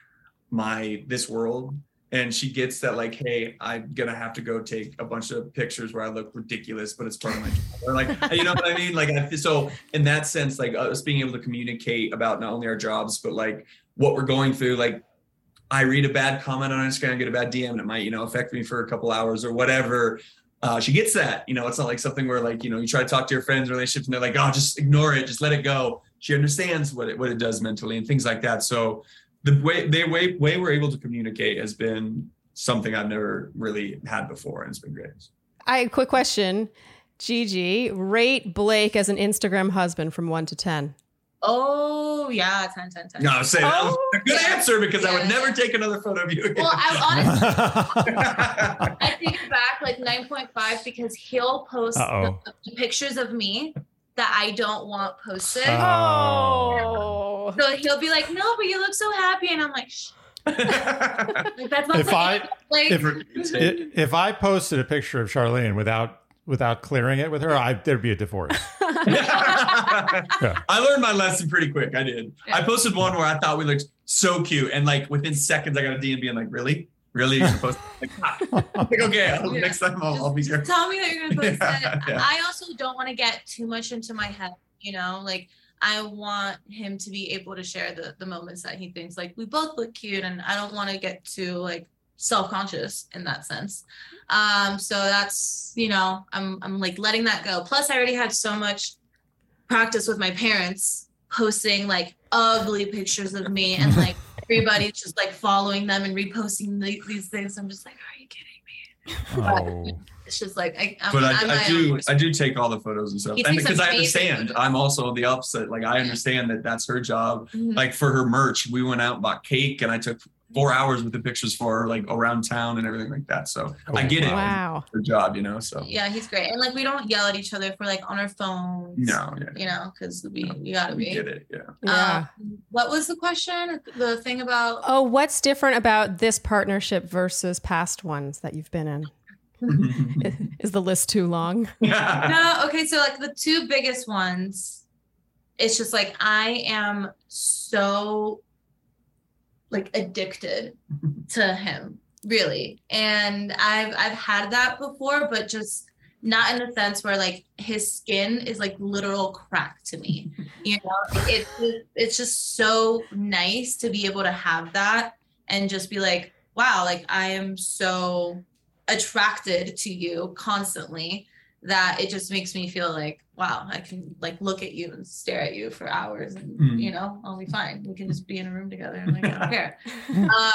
Speaker 3: my this world and she gets that like hey i'm gonna have to go take a bunch of pictures where i look ridiculous but it's part of my job or like you know what i mean like I, so in that sense like us being able to communicate about not only our jobs but like what we're going through like i read a bad comment on instagram get a bad dm and it might you know affect me for a couple hours or whatever uh, she gets that you know it's not like something where like you know you try to talk to your friends relationships and they're like oh just ignore it just let it go she understands what it what it does mentally and things like that so the way they way way we're able to communicate has been something I've never really had before, and it's been great.
Speaker 1: I quick question. Gigi, rate Blake as an Instagram husband from 1 to 10.
Speaker 2: Oh yeah, 10, 10, 10.
Speaker 3: No, say that was
Speaker 1: Oh,
Speaker 3: a good
Speaker 2: yeah.
Speaker 3: answer because I would
Speaker 2: Yeah.
Speaker 3: never take another photo of you again.
Speaker 2: Well, I honestly I think back like 9.5 because he'll post the,
Speaker 5: Uh-oh.
Speaker 2: pictures of me that I don't want posted.
Speaker 5: Uh.
Speaker 1: Oh.
Speaker 2: so he'll be like, "No, but you look so happy," and I'm like, Shh, like "That's not
Speaker 5: if
Speaker 2: like,
Speaker 5: I
Speaker 2: like
Speaker 5: if i- if I posted a picture of Charlene without without clearing it with her, I, there'd be a divorce.
Speaker 3: I learned my lesson pretty quick. I did. I posted one where I thought we looked so cute, and like within seconds, I got a DM being like, "Really, really?" You're supposed to-" like,
Speaker 5: Oh.
Speaker 3: ah. Like, okay, I'll-
Speaker 2: Yeah.
Speaker 3: next time I'll, I'll be careful.
Speaker 2: tell me that you're gonna post
Speaker 3: Yeah,
Speaker 2: it."
Speaker 3: yeah.
Speaker 2: I also don't want to get too much into my head, you know, like. I want him to be able to share the, the moments that he thinks like we both look cute and I don't want to get too like self-conscious in that sense. Um, so that's you know, I'm I'm like letting that go. Plus, I already had so much practice with my parents posting like ugly pictures of me and like everybody's just like following them and reposting the, these things. I'm just like, are you kidding?
Speaker 5: Oh.
Speaker 2: It's just like I, I'm,
Speaker 3: But
Speaker 2: I'm
Speaker 3: I, I
Speaker 2: my own
Speaker 3: do,
Speaker 2: worst
Speaker 3: I do take all the photos and stuff,
Speaker 2: He
Speaker 3: and
Speaker 2: takes
Speaker 3: because I
Speaker 2: amazing
Speaker 3: understand,
Speaker 2: photos.
Speaker 3: I'm also the opposite. Like I understand that that's her job.
Speaker 2: Mhm.
Speaker 3: Like for her merch, we went out and bought cake, and I took four hours with the pictures for her, like around town and everything like that. So
Speaker 5: Oh,
Speaker 3: I get it.
Speaker 1: Wow.
Speaker 3: Her job, you know. So
Speaker 2: yeah, he's great. And like we don't yell at each other if we're like on our phones.
Speaker 3: no, yeah,
Speaker 2: You know, because we, we gotta
Speaker 3: we
Speaker 2: be.
Speaker 3: get it. Yeah.
Speaker 1: Yeah.
Speaker 2: Um, what was the question? The thing about
Speaker 1: Oh, what's different about this partnership versus past ones that you've been in? Is the list too long?
Speaker 3: Uh,
Speaker 2: no, okay. So like the two biggest ones, it's just like I am so like addicted to him, really. And I've I've had that before, but just not in the sense where like his skin is like literal crack to me. You know, it, it it's just so nice to be able to have that and just be like, wow, like I am so attracted to you constantly that it just makes me feel like wow i can like look at you and stare at you for hours and
Speaker 5: Mm-hmm.
Speaker 3: Mm.
Speaker 2: you know i'll be fine we can just be in a room together and like i don't care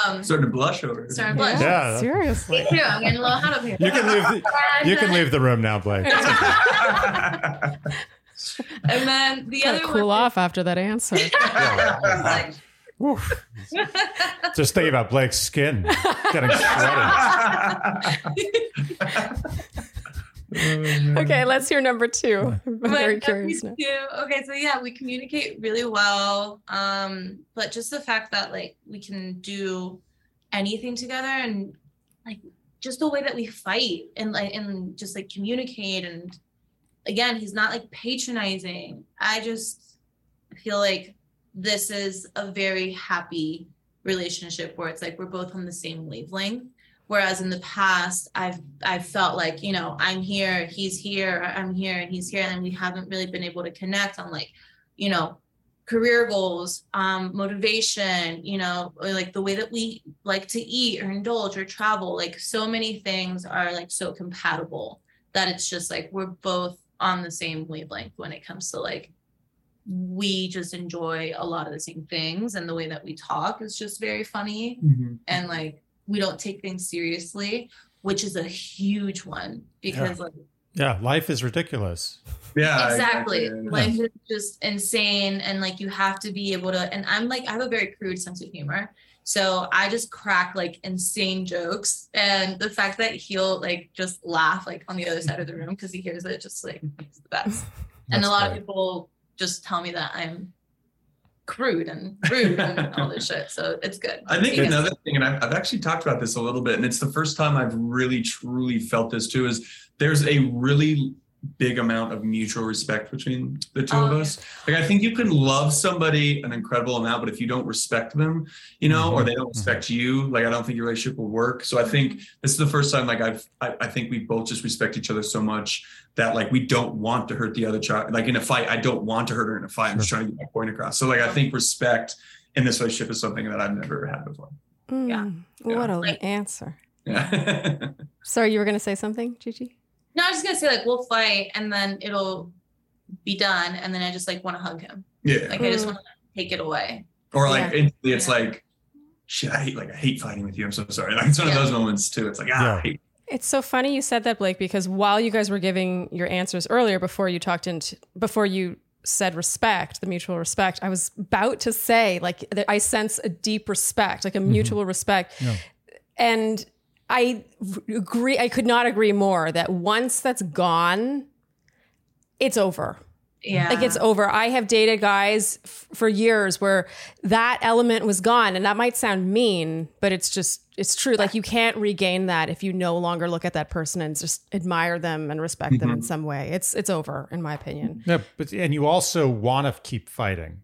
Speaker 2: um
Speaker 3: Starting to blush over. it.
Speaker 2: Starting to blush.
Speaker 5: Yeah.
Speaker 1: Seriously.
Speaker 2: me too i'm getting a little hot up here
Speaker 5: You can leave. The, you can leave the room now, Blake.
Speaker 2: and then the
Speaker 1: Gotta
Speaker 2: other
Speaker 1: cool
Speaker 2: one
Speaker 1: off after that answer.
Speaker 2: is like
Speaker 5: Oof. Just think about Blake's skin getting shredded.
Speaker 1: okay, let's hear number two. I'm
Speaker 2: But
Speaker 1: very
Speaker 2: that
Speaker 1: curious now.
Speaker 2: leads to- okay, so yeah, we communicate really well. Um, but just the fact that like we can do anything together and like just the way that we fight and like and just like communicate and again, he's not like patronizing. I just feel like this is a very happy relationship where it's like we're both on the same wavelength whereas in the past i've i've felt like you know i'm here he's here i'm here and he's here and we haven't really been able to connect on like you know career goals um motivation you know or like the way that we like to eat or indulge or travel like so many things are like so compatible that it's just like we're both on the same wavelength when it comes to like we just enjoy a lot of the same things and the way that we talk is just very funny
Speaker 3: Mm-hmm.
Speaker 2: and like we don't take things seriously, which is a huge one because like
Speaker 5: Yeah, life is ridiculous.
Speaker 3: Yeah.
Speaker 2: exactly
Speaker 3: yeah, yeah.
Speaker 2: life is just insane and like you have to be able to and I'm like I have a very crude sense of humor. So I just crack like insane jokes and the fact that he'll like just laugh like on the other side of the room because he hears it just like it's the best. and a
Speaker 5: That's
Speaker 2: lot of
Speaker 5: great.
Speaker 2: people just tell me that I'm crude and rude and all this shit. So it's good.
Speaker 3: I think
Speaker 2: You guys-
Speaker 3: another thing, and I've, I've actually talked about this a little bit, and it's the first time I've really truly felt this too, is there's a really big amount of mutual respect between the two of
Speaker 2: Oh,
Speaker 3: us. Like I think you can love somebody an incredible amount, but if you don't respect them, you know, or they don't respect you, like I don't think your relationship will work. So I think this is the first time like I've I, I think we both just respect each other so much that like we don't want to hurt the other child. Like in a fight, I don't want to hurt her in a fight. I'm just trying to get my point across. So like I think respect in this relationship is something that I've never had before.
Speaker 2: Yeah.
Speaker 1: Mm, What a answer.
Speaker 3: Yeah.
Speaker 1: Sorry, you were going to say something, Gigi?
Speaker 2: No, I was just gonna say like we'll fight and then it'll be done, and then I just like want to hug him.
Speaker 3: yeah.
Speaker 2: Like I just
Speaker 1: Mm.
Speaker 2: want to take it away.
Speaker 3: Or like
Speaker 1: Yeah.
Speaker 3: instantly it's
Speaker 2: Yeah.
Speaker 3: like, shit, I hate like I hate fighting with you. I'm so sorry. Like it's one
Speaker 2: Yeah.
Speaker 3: of those moments too. It's like, ah, I
Speaker 5: Yeah.
Speaker 3: hate
Speaker 1: It's so funny you said that, Blake, because while you guys were giving your answers earlier, before you talked into, before you said respect, the mutual respect, I was about to say like that I sense a deep respect, like a mutual respect.
Speaker 5: Yeah.
Speaker 1: And I r- agree I could not agree more that once that's gone, it's over.
Speaker 2: Yeah.
Speaker 1: Like it's over. I have dated guys f- for years where that element was gone, and that might sound mean, but it's just it's true. Like you can't regain that if you no longer look at that person and just admire them and respect them
Speaker 4: Mm-hmm.
Speaker 1: in some way. It's it's over, in my opinion.
Speaker 4: Yeah, but and you also want to keep fighting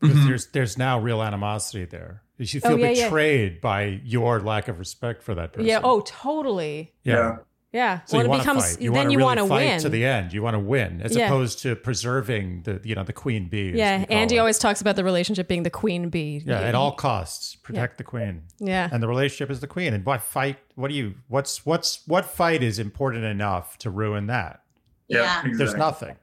Speaker 4: because
Speaker 3: Mhm.
Speaker 4: there's there's now real animosity there. You should
Speaker 1: Oh,
Speaker 4: feel
Speaker 1: yeah, yeah.
Speaker 4: betrayed by your lack of respect for that person.
Speaker 1: Yeah. Oh, totally.
Speaker 3: Yeah.
Speaker 1: Yeah.
Speaker 4: So you
Speaker 1: well, it
Speaker 4: want to
Speaker 1: becomes
Speaker 4: fight. You
Speaker 1: then
Speaker 4: want to
Speaker 1: you want
Speaker 4: really
Speaker 1: to
Speaker 4: fight
Speaker 1: win.
Speaker 4: to the end. You want to win, as
Speaker 1: Yeah.
Speaker 4: opposed to preserving the you know the queen bee. as
Speaker 1: yeah.
Speaker 4: we call
Speaker 1: Andy
Speaker 4: it.
Speaker 1: always talks about the relationship being the queen bee.
Speaker 4: yeah at all costs protect the queen,
Speaker 1: Yeah.
Speaker 4: and the relationship is the queen. And what fight? What do you? What's what's what fight is important enough to ruin that?
Speaker 3: Yeah.
Speaker 2: Yeah.
Speaker 3: exactly. Mm-hmm.
Speaker 4: There's nothing.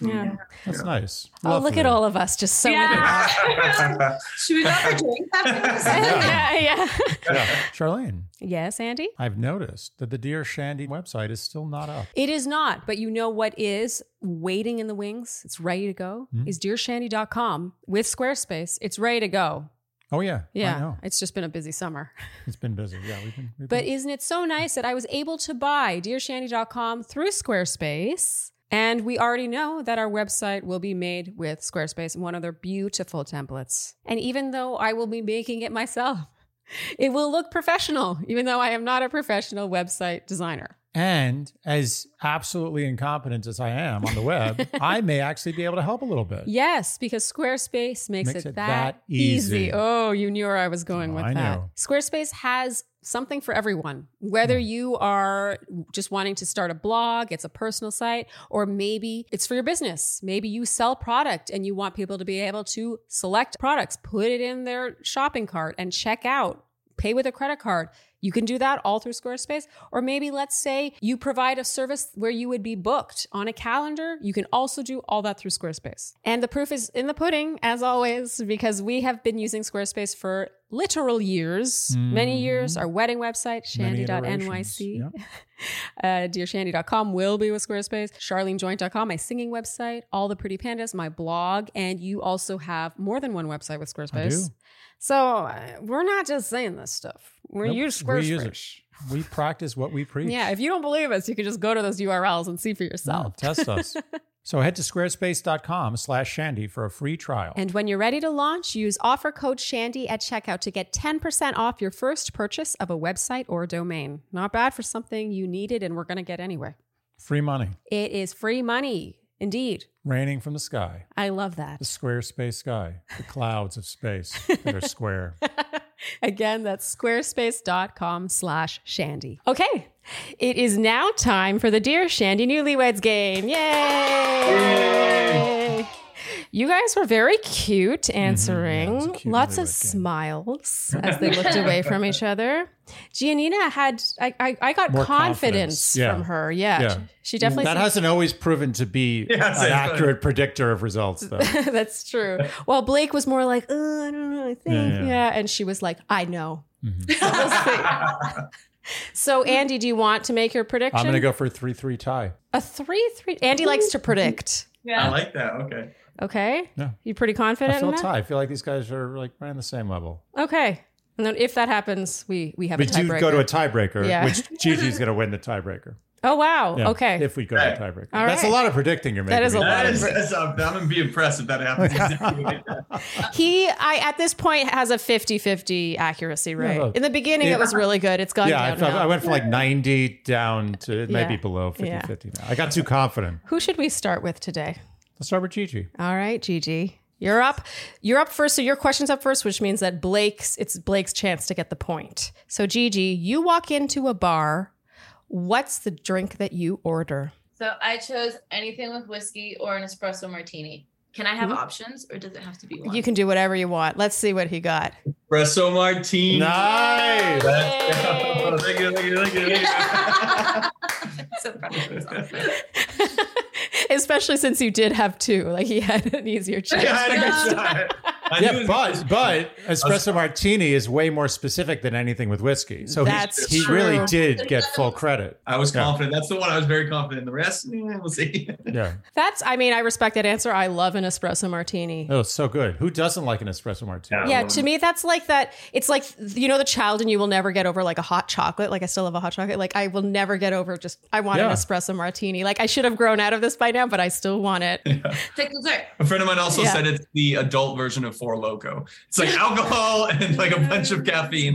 Speaker 1: Yeah.
Speaker 4: That's
Speaker 3: Yeah.
Speaker 4: nice.
Speaker 1: Oh, look
Speaker 4: Lovely.
Speaker 1: at all of us just so.
Speaker 2: yeah. Should we go for drinks after this?
Speaker 1: yeah. Yeah.
Speaker 4: Yeah.
Speaker 5: Charlene,
Speaker 1: yes, Andy.
Speaker 5: I've noticed that the Dear Shandy website is still not up.
Speaker 1: It is not, but you know what is waiting in the wings? It's ready to go.
Speaker 5: Hmm.
Speaker 1: Is dearshandy.com with Squarespace. It's ready to go.
Speaker 5: Oh yeah, I
Speaker 1: Yeah.
Speaker 5: know.
Speaker 1: It's just been a busy summer.
Speaker 5: It's been busy. Yeah, we've been. We've
Speaker 1: But
Speaker 5: been-
Speaker 1: isn't it so nice that I was able to buy dearshandy.com through Squarespace? And we already know that our website will be made with Squarespace and one of their beautiful templates. And even though I will be making it myself, it will look professional, even though I am not a professional website designer.
Speaker 5: and as absolutely incompetent as I am on the web, I may actually be able to help a little bit.
Speaker 1: Yes, because Squarespace makes, it, that, easy.
Speaker 5: easy.
Speaker 1: Oh, you knew where I was going
Speaker 5: Oh,
Speaker 1: with
Speaker 5: I
Speaker 1: that.
Speaker 5: know. Hmm.
Speaker 1: Squarespace has something for everyone. Whether you are just wanting to start a blog, it's a personal site, or maybe it's for your business. Maybe you sell product and you want people to be able to select products, put it in their shopping cart and check out, pay with a credit card. You can do that all through Squarespace. Or maybe let's say you provide a service where you would be booked on a calendar. You can also do all that through Squarespace. And the proof is in the pudding, as always, because we have been using Squarespace for literal years, many
Speaker 5: Mhm.
Speaker 1: years. Our wedding website,
Speaker 5: Many iterations.
Speaker 1: shandy.nyc.
Speaker 5: Yep.
Speaker 1: Uh, DearShandy.com will be with Squarespace. CharleneJoint.com, my singing website. All the Pretty Pandas, my blog. And you also have more than one website with Squarespace.
Speaker 5: do.
Speaker 1: So uh, we're not just saying this stuff. We
Speaker 5: Nope,
Speaker 1: use
Speaker 5: we
Speaker 1: Squarespace.
Speaker 5: use it. We practice what we preach.
Speaker 1: Yeah, if you don't believe us, you can just go to those URLs and see for
Speaker 5: Yeah,
Speaker 1: yourself.
Speaker 5: test us. so head to squarespace.com slash shandy for a free trial.
Speaker 1: And when you're ready to launch, use offer code SHANDY at checkout to get 10% off your first purchase of a website or domain. Not bad for something you needed and we're going to get anyway.
Speaker 5: free money.
Speaker 1: It is free money. Indeed.
Speaker 5: Raining from the sky.
Speaker 1: I love that.
Speaker 5: The Squarespace sky. The clouds of space that are square.
Speaker 1: Again, that's squarespace.com slash shandy. Okay, it is now time for the Dear Shandy Newlyweds game. Yay! You guys were very cute answering.
Speaker 5: Mm-hmm. was a cute
Speaker 1: Lots of
Speaker 5: newlywed game.
Speaker 1: smiles as they looked away from each other. Giannina had, I, I, I got
Speaker 5: More
Speaker 1: confidence,
Speaker 5: confidence. Yeah.
Speaker 1: from her. Yeah.
Speaker 5: Yeah.
Speaker 1: She definitely
Speaker 4: that
Speaker 1: seemed-
Speaker 4: hasn't always proven to be
Speaker 3: Yes,
Speaker 4: an
Speaker 3: it-
Speaker 4: accurate predictor of results, though.
Speaker 1: That's true. Well, Blake was more like, oh, I don't know, I think.
Speaker 5: Yeah, yeah.
Speaker 1: yeah. And she was like, I know.
Speaker 5: Mhm.
Speaker 1: So, Andy, do you want to make your prediction?
Speaker 5: I'm going to go for a 3 3 tie.
Speaker 1: a three three. Andy likes to predict.
Speaker 3: I
Speaker 2: Yeah.
Speaker 3: like that. Okay.
Speaker 1: Okay.
Speaker 5: Yeah.
Speaker 1: You pretty confident
Speaker 5: I feel
Speaker 1: in that?
Speaker 5: tied. I feel like these guys are like right on the same level.
Speaker 1: Okay. And then if that happens, we we have
Speaker 4: We
Speaker 1: a
Speaker 4: do go to a
Speaker 1: tiebreaker.
Speaker 4: tiebreaker,
Speaker 1: Yeah.
Speaker 4: which Gigi's going to win the tiebreaker.
Speaker 1: oh wow.
Speaker 5: Yeah,
Speaker 1: Okay.
Speaker 5: If we go to a tiebreaker.
Speaker 1: All
Speaker 4: That's
Speaker 1: right.
Speaker 4: a lot of predicting you're making.
Speaker 1: That is a
Speaker 4: me.
Speaker 1: lot
Speaker 3: That
Speaker 1: of
Speaker 3: is, that's, I'm gonna be impressed if that happens. Exactly like that.
Speaker 1: he I at this point has a 50-50 accuracy rate.
Speaker 5: look,
Speaker 1: in the beginning it,
Speaker 5: it-
Speaker 1: was really good. It's gone
Speaker 4: Yeah, I,
Speaker 1: down
Speaker 4: felt-
Speaker 1: now.
Speaker 4: I went from like 90 down to it
Speaker 1: Yeah.
Speaker 4: might be below 50
Speaker 1: Yeah.
Speaker 4: 50 now. I got too confident.
Speaker 1: Who should we start with today?
Speaker 5: Let's start with Gigi.
Speaker 1: All right, Gigi. You're up. You're up first, so your question's up first, which means that Blake's it's Blake's chance to get the point. So Gigi, you walk into a bar. What's the drink that you order?
Speaker 2: So I chose anything with whiskey or an espresso martini. Can I have options or does it have to be one?
Speaker 1: You can do whatever you want. Let's see what he got.
Speaker 3: Espresso martini.
Speaker 4: Nice.
Speaker 3: Let's go. Thank you, thank you, thank you, thank
Speaker 2: so proud of myself.
Speaker 3: you.
Speaker 1: Especially since you did have two. Like he had an easier
Speaker 3: Yeah, I
Speaker 1: choice.
Speaker 3: had a good shot. I knew
Speaker 5: Yeah,
Speaker 3: it
Speaker 5: but
Speaker 3: was-
Speaker 5: but espresso martini is way more specific than anything with whiskey. So he-
Speaker 1: That's
Speaker 5: he
Speaker 1: true.
Speaker 5: really did get full credit.
Speaker 3: I was
Speaker 5: Yeah.
Speaker 3: confident. That's the one I was very confident in. The rest, eh, we'll see.
Speaker 5: Yeah.
Speaker 1: That's, I mean, I respect that answer. I love an espresso martini.
Speaker 5: Oh, it's so good. Who doesn't like an espresso martini?
Speaker 3: Yeah.
Speaker 1: Yeah, to me, that's like that. It's like, you know, the child and you will never get over like a hot chocolate. Like, I still love a hot chocolate. Like, I will never get over just, I want an
Speaker 5: Yeah.
Speaker 1: espresso martini. Like, I should have grown out of this by now, but I still want it.
Speaker 2: Take dessert.
Speaker 3: A friend of mine also
Speaker 1: Yeah.
Speaker 3: said it's the adult version of Four Loco. It's like alcohol and like a bunch of caffeine.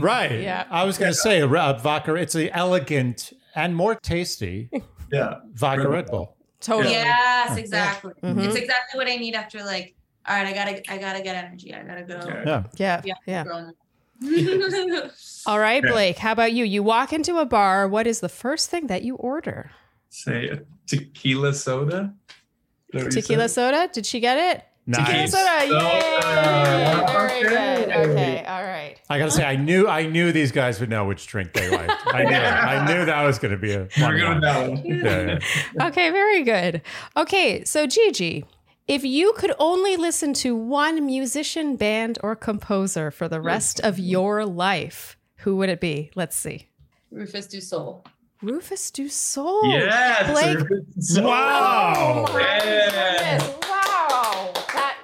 Speaker 5: Right.
Speaker 1: Yeah.
Speaker 5: I was going to say a, re- a vodka. It's a elegant and more tasty
Speaker 3: Yeah.
Speaker 5: vodka Red Bull.
Speaker 1: Totally.
Speaker 2: Yes, exactly.
Speaker 1: Mhm.
Speaker 2: It's exactly what I need after like, all right, I gotta I gotta get energy. I gotta go.
Speaker 3: Okay.
Speaker 5: Yeah.
Speaker 1: Yeah.
Speaker 2: Yeah.
Speaker 1: Yeah.
Speaker 2: grown up.
Speaker 1: All right,
Speaker 3: Yeah.
Speaker 1: Blake, how about you? You walk into a bar. What is the first thing that you order?
Speaker 3: Say a tequila soda. Is that what you
Speaker 1: Tequila
Speaker 3: said?
Speaker 1: soda? Did she get it? Tequila
Speaker 5: Nice.
Speaker 1: soda. Yay.
Speaker 3: Soda.
Speaker 1: Very good.
Speaker 3: Okay.
Speaker 1: Okay. All right.
Speaker 5: I got to say, I knew I knew these guys would know which drink they liked. I knew it. I knew that was going to be a
Speaker 3: You
Speaker 5: fun
Speaker 3: We're good
Speaker 5: one.
Speaker 3: with that one.
Speaker 5: Yeah, yeah.
Speaker 1: Okay, very good. Okay, so Gigi, if you could only listen to one musician, band, or composer for the rest of your life, who would it be? Let's see.
Speaker 2: Rufus Du Sol.
Speaker 1: Rufus Du Sol.
Speaker 3: Yeah. Oh,
Speaker 1: Blake.
Speaker 5: Wow.
Speaker 1: my
Speaker 3: Yeah.
Speaker 1: goodness. Wow.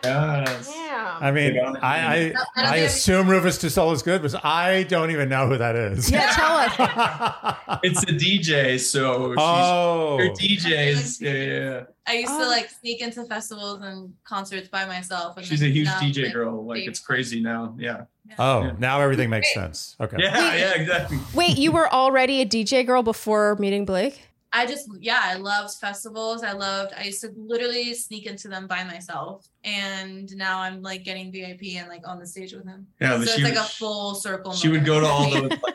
Speaker 1: That,
Speaker 3: Yes.
Speaker 1: damn.
Speaker 5: I mean, I I, I assume Rufus Du Sol is good, but I don't even know who that is.
Speaker 1: yeah, tell us.
Speaker 3: It's a DJ, so
Speaker 5: oh,
Speaker 3: she's your DJs. Yeah, yeah, yeah.
Speaker 2: I used
Speaker 1: Oh.
Speaker 2: to like sneak into festivals and concerts by myself. And
Speaker 3: She's a
Speaker 2: then
Speaker 3: huge
Speaker 2: now,
Speaker 3: DJ
Speaker 2: like,
Speaker 3: girl. Like it's crazy now. Yeah.
Speaker 5: oh, now everything makes sense. Okay.
Speaker 3: Yeah, yeah, exactly.
Speaker 1: Wait, you were already a DJ girl before meeting Blake?
Speaker 2: I just yeah, I loved festivals. I loved. I used to literally sneak into them by myself, and now I'm like getting VIP and like on the stage with him.
Speaker 3: Yeah,
Speaker 2: so
Speaker 3: but
Speaker 2: it's
Speaker 3: she
Speaker 2: like a
Speaker 3: was-
Speaker 2: full circle.
Speaker 3: She would go to all
Speaker 2: the.
Speaker 3: those like,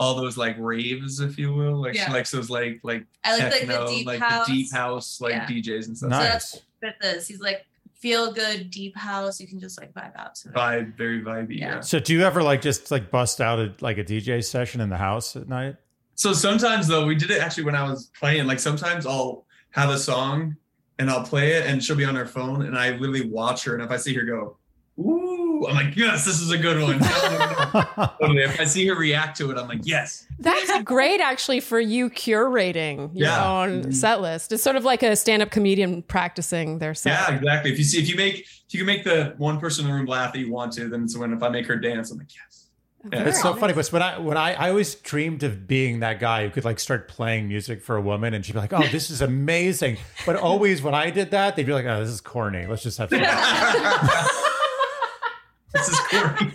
Speaker 3: all those like raves, if you will. Like she
Speaker 2: Yeah.
Speaker 3: likes those like like
Speaker 2: I like
Speaker 3: techno,
Speaker 2: like the deep
Speaker 3: like
Speaker 2: house.
Speaker 3: the deep house, like
Speaker 2: Yeah.
Speaker 3: DJs and stuff.
Speaker 5: Nice.
Speaker 2: So that's what this. He's like feel good deep house. You can just like vibe out to it.
Speaker 3: Vibe, very vibey. Yeah.
Speaker 2: Yeah.
Speaker 5: So do you ever like just like bust out a, like a DJ session in the house at night?
Speaker 3: So sometimes though, we did it actually when I was playing. Like sometimes I'll have a song and I'll play it, and she'll be on her phone, and I literally watch her, and if I see her go, ooh, I'm like, yes, this is a good one. totally. If I see her react to it, I'm like, yes.
Speaker 1: That's great, actually, for you curating your
Speaker 3: Yeah.
Speaker 1: own
Speaker 3: Mhm.
Speaker 1: set list. It's sort of like a stand-up comedian practicing their set.
Speaker 3: Yeah, exactly. If you see, if you make, if you can make the one person in the room laugh that you want to, then it's when if I make her dance, I'm like, yes. Yeah.
Speaker 1: Very
Speaker 5: It's so
Speaker 1: nice.
Speaker 5: funny because when I when I, I always dreamed of being that guy who could like start playing music for a woman and she'd be like, "Oh, this is amazing," but always when I did that, they'd be like, "Oh, this is corny. Let's just have fun."
Speaker 3: this is corny.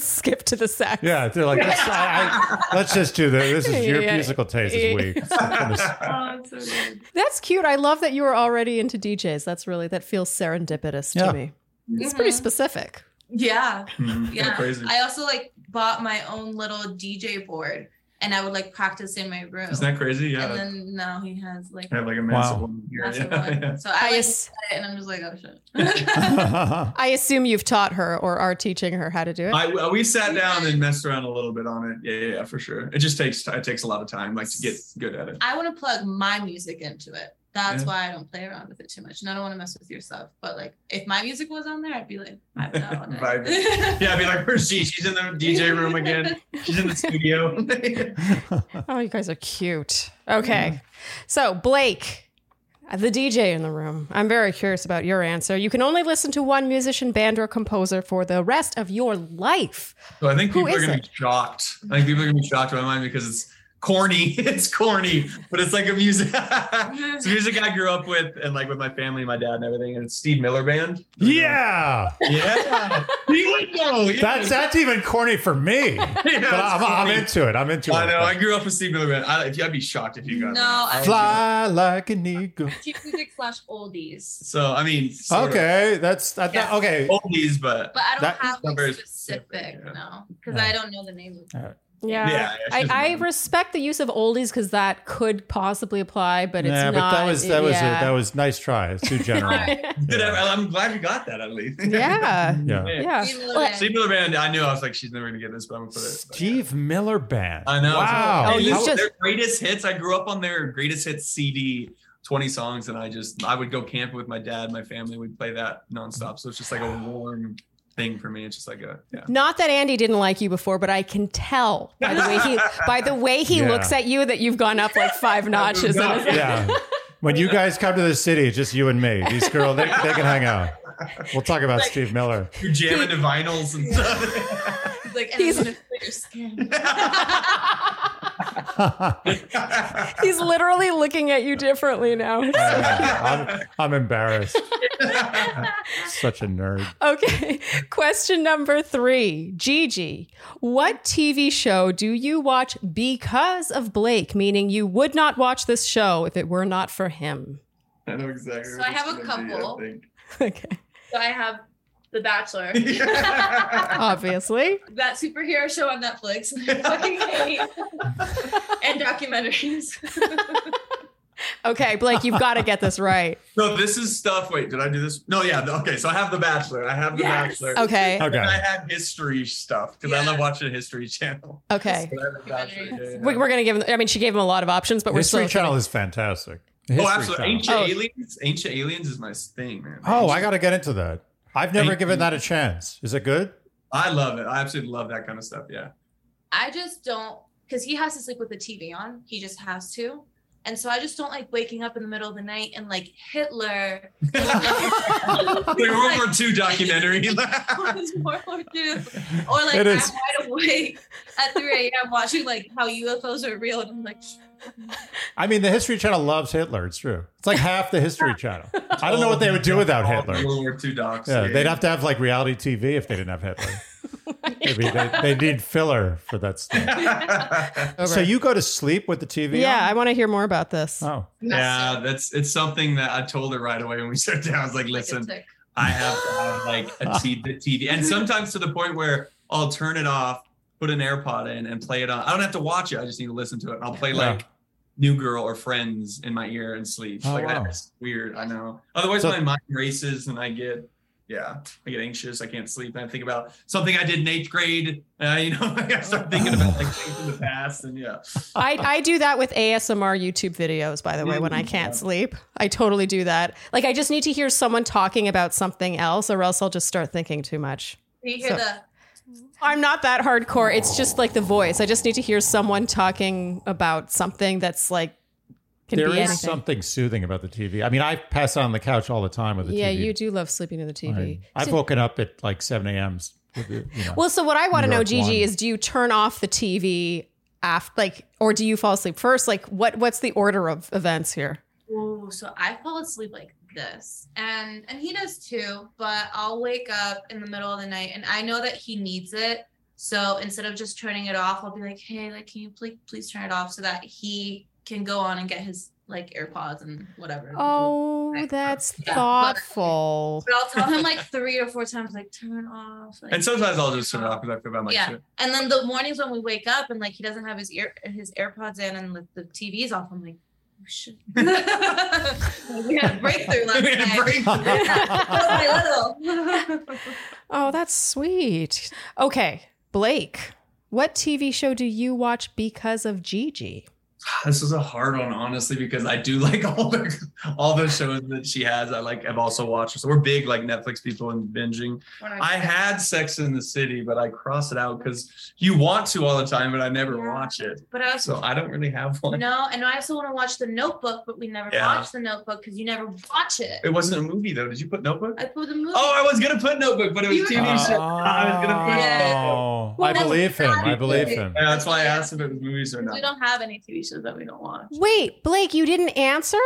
Speaker 1: Skip to the sax.
Speaker 5: yeah, they're like, let's, I, I, "Let's just do this. This is your
Speaker 1: Yeah.
Speaker 5: musical taste is weak."
Speaker 3: Mm-hmm.
Speaker 2: Oh, it's so good.
Speaker 1: That's cute. I love that you were already into DJs. That's really that feels serendipitous
Speaker 5: Yeah.
Speaker 1: to me. It's pretty
Speaker 2: Mm-hmm.
Speaker 1: specific.
Speaker 2: Yeah.
Speaker 3: Mhm, kinda
Speaker 2: Yeah.
Speaker 3: crazy.
Speaker 2: I also like bought my own little DJ board and I would like practice in my room.
Speaker 3: Isn't that crazy? Yeah.
Speaker 2: And then now he has like
Speaker 3: I have like a massive
Speaker 5: Wow.
Speaker 3: one here.
Speaker 2: massive
Speaker 3: yeah,
Speaker 2: one.
Speaker 3: yeah.
Speaker 2: So I
Speaker 1: I,
Speaker 2: like
Speaker 1: as-
Speaker 2: got it and I'm just like, oh shit.
Speaker 1: I assume you've taught her or are teaching her how to do it.
Speaker 3: I, we sat down and messed around a little bit on it. Yeah, yeah, yeah, for sure. It just takes it takes a lot of time, like to get good at it.
Speaker 2: I want to plug my music into it. That's
Speaker 3: Yeah.
Speaker 2: why I don't play around with it too much. And I don't want to mess with your stuff. But like if my music was on there, I'd be like, I've got
Speaker 3: Vibe Yeah, I'd be like, where's she? She's in the DJ room again. She's in the studio.
Speaker 1: oh, you guys are cute. Okay.
Speaker 5: Mm-hmm.
Speaker 1: So, Blake, the DJ in the room, I'm very curious about your answer. You can only listen to one musician, band, or composer for the rest of your life.
Speaker 3: so I think
Speaker 1: Who
Speaker 3: people are
Speaker 1: is
Speaker 3: gonna
Speaker 1: it?
Speaker 3: be shocked. I think people are gonna be shocked by mine because it's corny. It's corny, but it's like a music. it's music I grew up with and like with my family, my dad, and everything. And it's Steve Miller Band.
Speaker 5: yeah,
Speaker 3: Yeah. he would know. Yeah.
Speaker 5: that's that's even corny for me, but
Speaker 3: Yeah, it's
Speaker 5: I'm, I'm
Speaker 3: corny.
Speaker 5: into it. I'm into
Speaker 3: I
Speaker 5: it.
Speaker 3: know. I grew up with Steve Miller Band. I, I'd be shocked if you got
Speaker 2: No,
Speaker 3: that.
Speaker 2: I-
Speaker 5: Fly like an eagle.
Speaker 2: Cute music slash oldies.
Speaker 3: So I mean, sort of
Speaker 5: Okay, that's I thought-
Speaker 2: Yeah.
Speaker 5: okay.
Speaker 1: Oh,
Speaker 3: oldies, but
Speaker 2: But I don't
Speaker 5: That-
Speaker 2: have
Speaker 3: Not very
Speaker 2: like
Speaker 3: specific,
Speaker 2: specific,
Speaker 3: yeah.
Speaker 2: no, because
Speaker 5: Yeah.
Speaker 2: I don't know the name of
Speaker 1: Yeah.
Speaker 3: Yeah, yeah, she
Speaker 1: uh, I, I
Speaker 3: doesn't know.
Speaker 1: respect the use of oldies because that could possibly apply, but it's
Speaker 5: yeah,
Speaker 1: not.
Speaker 5: but that was that was
Speaker 1: yeah.
Speaker 5: a, that was nice try. It's too general.
Speaker 1: yeah.
Speaker 3: Good,
Speaker 5: Yeah.
Speaker 3: I- I'm glad you got that at least.
Speaker 1: yeah.
Speaker 5: yeah.
Speaker 2: Steve Miller
Speaker 1: Well,
Speaker 2: Band.
Speaker 3: Steve Miller Band. I knew I was like, she's never gonna get this, but I'm gonna put it. but-
Speaker 5: Steve Miller Band.
Speaker 3: I know.
Speaker 5: Wow.
Speaker 1: Oh,
Speaker 3: Hey,
Speaker 1: you
Speaker 3: this-
Speaker 1: just-
Speaker 3: their greatest hits. I grew up on their greatest hits CD, 20 songs, and I just I would go camping with my dad. My family would play that nonstop. So it's just like a warm thing for me. It's just like a yeah.
Speaker 1: Not that Andy didn't like you before, but I can tell by the way he by the way he
Speaker 4: Yeah.
Speaker 1: looks at you that you've gone up like five notches.
Speaker 3: up,
Speaker 1: And it's-
Speaker 4: Yeah. When you guys come to the city, it's just you and me. These girls, they, they can hang out. We'll talk about Steve Miller.
Speaker 3: You jam into vinyls and stuff.
Speaker 2: It's like, and
Speaker 1: He's-
Speaker 2: I'm gonna split your skin.
Speaker 1: He's literally looking at you differently now.
Speaker 4: I'm, I'm embarrassed. Such a nerd.
Speaker 1: Okay. Question number three. Gigi, what TV show do you watch because of Blake? Meaning you would not watch this show if it were not for him.
Speaker 3: I know exactly.
Speaker 2: So
Speaker 3: what
Speaker 2: I have
Speaker 3: it's
Speaker 2: a
Speaker 3: gonna be, I
Speaker 2: couple.
Speaker 3: think.
Speaker 1: Okay.
Speaker 2: So I have The Bachelor,
Speaker 1: Obviously.
Speaker 2: that superhero show on Netflix, I fucking hate, and documentaries.
Speaker 1: Okay, Blake, you've got to get this right.
Speaker 3: no, this is stuff. Wait, did I do this? No, yeah. the- Okay, so I have The Bachelor. I have The
Speaker 2: Yes.
Speaker 3: Bachelor.
Speaker 1: Okay.
Speaker 3: And I
Speaker 4: Okay.
Speaker 3: had history stuff because I
Speaker 2: Yeah.
Speaker 3: love watching History Channel.
Speaker 1: Okay.
Speaker 3: But I have The Bachelor, yeah, yeah.
Speaker 1: We- We're going to give him, I mean, she gave him a lot of options, but we're
Speaker 4: History
Speaker 1: still.
Speaker 4: Channel is fantastic.
Speaker 3: oh,
Speaker 4: History
Speaker 3: absolutely.
Speaker 4: Channel.
Speaker 3: Ancient
Speaker 1: Oh.
Speaker 3: Aliens. Ancient Aliens is my thing, man.
Speaker 4: Oh, I got to get into that. I've never
Speaker 3: Thank
Speaker 4: given
Speaker 3: you.
Speaker 4: that a chance. Is it good?
Speaker 3: I love it. I absolutely love that kind of stuff. Yeah.
Speaker 2: I just don't, because he has to sleep with the TV on. He just has to. And so I just don't like waking up in the middle of the night and like Hitler.
Speaker 1: Oh
Speaker 3: like World War II documentary.
Speaker 2: was World War II. Or like
Speaker 4: It
Speaker 2: I'm
Speaker 4: is.
Speaker 2: wide awake at 3 a.m. watching like how UFOs are real. And I'm like,
Speaker 4: I mean, the History Channel loves Hitler. It's true. It's like half the History Channel. I don't know what they would
Speaker 3: Oh,
Speaker 4: do without
Speaker 3: All
Speaker 4: Hitler.
Speaker 3: World War II docs.
Speaker 4: Yeah, they'd have to have like reality TV if they didn't have Hitler. Maybe they, they need filler for that stuff.
Speaker 1: Over.
Speaker 4: So you go to sleep with the TV?
Speaker 1: yeah, I want to hear more about this.
Speaker 4: On? Oh,
Speaker 3: yeah, that's it's something that I told her right away when we sat down. I was like, listen,
Speaker 2: Like,
Speaker 3: I have to have like a t- the TV, and sometimes to the point where I'll turn it off, put an AirPod in, and play it on. I don't have to watch it; I just need to listen to it. I'll play
Speaker 4: Yeah.
Speaker 3: like New Girl or Friends in my ear and sleep.
Speaker 4: Oh,
Speaker 3: like
Speaker 4: wow.
Speaker 3: that's weird. I know. Otherwise,
Speaker 4: So-
Speaker 3: my mind races and I get. Yeah, I get anxious. I can't sleep. And I think about something I did in eighth grade. Uh, you know, I start thinking about like things in the past, and yeah.
Speaker 4: uh.
Speaker 1: I, I do that with ASMR YouTube videos, by the way, when I
Speaker 4: Mm-hmm.
Speaker 1: can't sleep. I totally do that. Like, I just need to hear someone talking about something else, or else I'll just start thinking too much.
Speaker 2: you hear
Speaker 1: So-
Speaker 2: the
Speaker 1: I'm not that hardcore. It's just like the voice. I just need to hear someone talking about something that's like, can
Speaker 4: there
Speaker 1: be
Speaker 4: is
Speaker 1: anything.
Speaker 4: something soothing about the TV. I mean, I pass out on the couch all the time with the
Speaker 1: yeah,
Speaker 4: TV.
Speaker 1: you do love sleeping to the TV.
Speaker 4: I, have
Speaker 1: So-
Speaker 4: woken up at like 7 a.m. with the- you know.
Speaker 1: well, so what I want to
Speaker 4: New
Speaker 1: know,
Speaker 4: York
Speaker 1: Gigi,
Speaker 4: one.
Speaker 1: is do you turn off the TV after, like, or do you fall asleep first? Like, what what's the order of events here?
Speaker 2: Oh, so I fall asleep like this, and and he does too. But I'll wake up in the middle of the night, and I know that he needs it. So instead of just turning it off, I'll be like, "Hey, like, can you please please turn it off so that he can go on and get his like AirPods and whatever."
Speaker 1: Oh, that's thoughtful.
Speaker 2: But I'll tell him like three or four times, like, "Turn off." Like,
Speaker 3: And sometimes I'll just turn it
Speaker 2: off.
Speaker 3: off because I feel bad. Like,
Speaker 2: Yeah.
Speaker 3: shit.
Speaker 2: And then the mornings when we wake up and like he doesn't have his ear his AirPods in and the, the TV's off, I'm like, oh, shit. we had a breakthrough last
Speaker 3: We had a
Speaker 2: night.
Speaker 3: breakthrough.
Speaker 2: Little by little.
Speaker 1: Oh, that's sweet. Okay, Blake, what TV show do you watch because of Gigi?
Speaker 3: This is a hard one, honestly, because I do like all the all the shows that she has. I like. I've also watched. So we're big like Netflix people and binging.
Speaker 2: When
Speaker 3: I had Sex in the City, but I cross it out because you want to all the time, but I never
Speaker 2: Yeah.
Speaker 3: watch it.
Speaker 2: but I also
Speaker 3: So I don't really have one.
Speaker 2: no, and I also want to watch the notebook, but we never
Speaker 3: Yeah.
Speaker 2: watch the notebook because you never watch it.
Speaker 3: It wasn't a movie though. Did you put Notebook?
Speaker 2: I put the movie.
Speaker 3: Oh, I was gonna put Notebook, but it was
Speaker 2: You-
Speaker 3: TV show. I was gonna put. Notebook.
Speaker 4: Oh, I
Speaker 2: that's
Speaker 4: believe him.
Speaker 2: not
Speaker 4: I believe
Speaker 2: it.
Speaker 4: him.
Speaker 3: Yeah, that's why I asked if it was movies or
Speaker 2: 'Cause we
Speaker 3: not.
Speaker 2: don't have any TV shows that we don't watch.
Speaker 1: Wait, Blake, you didn't answer?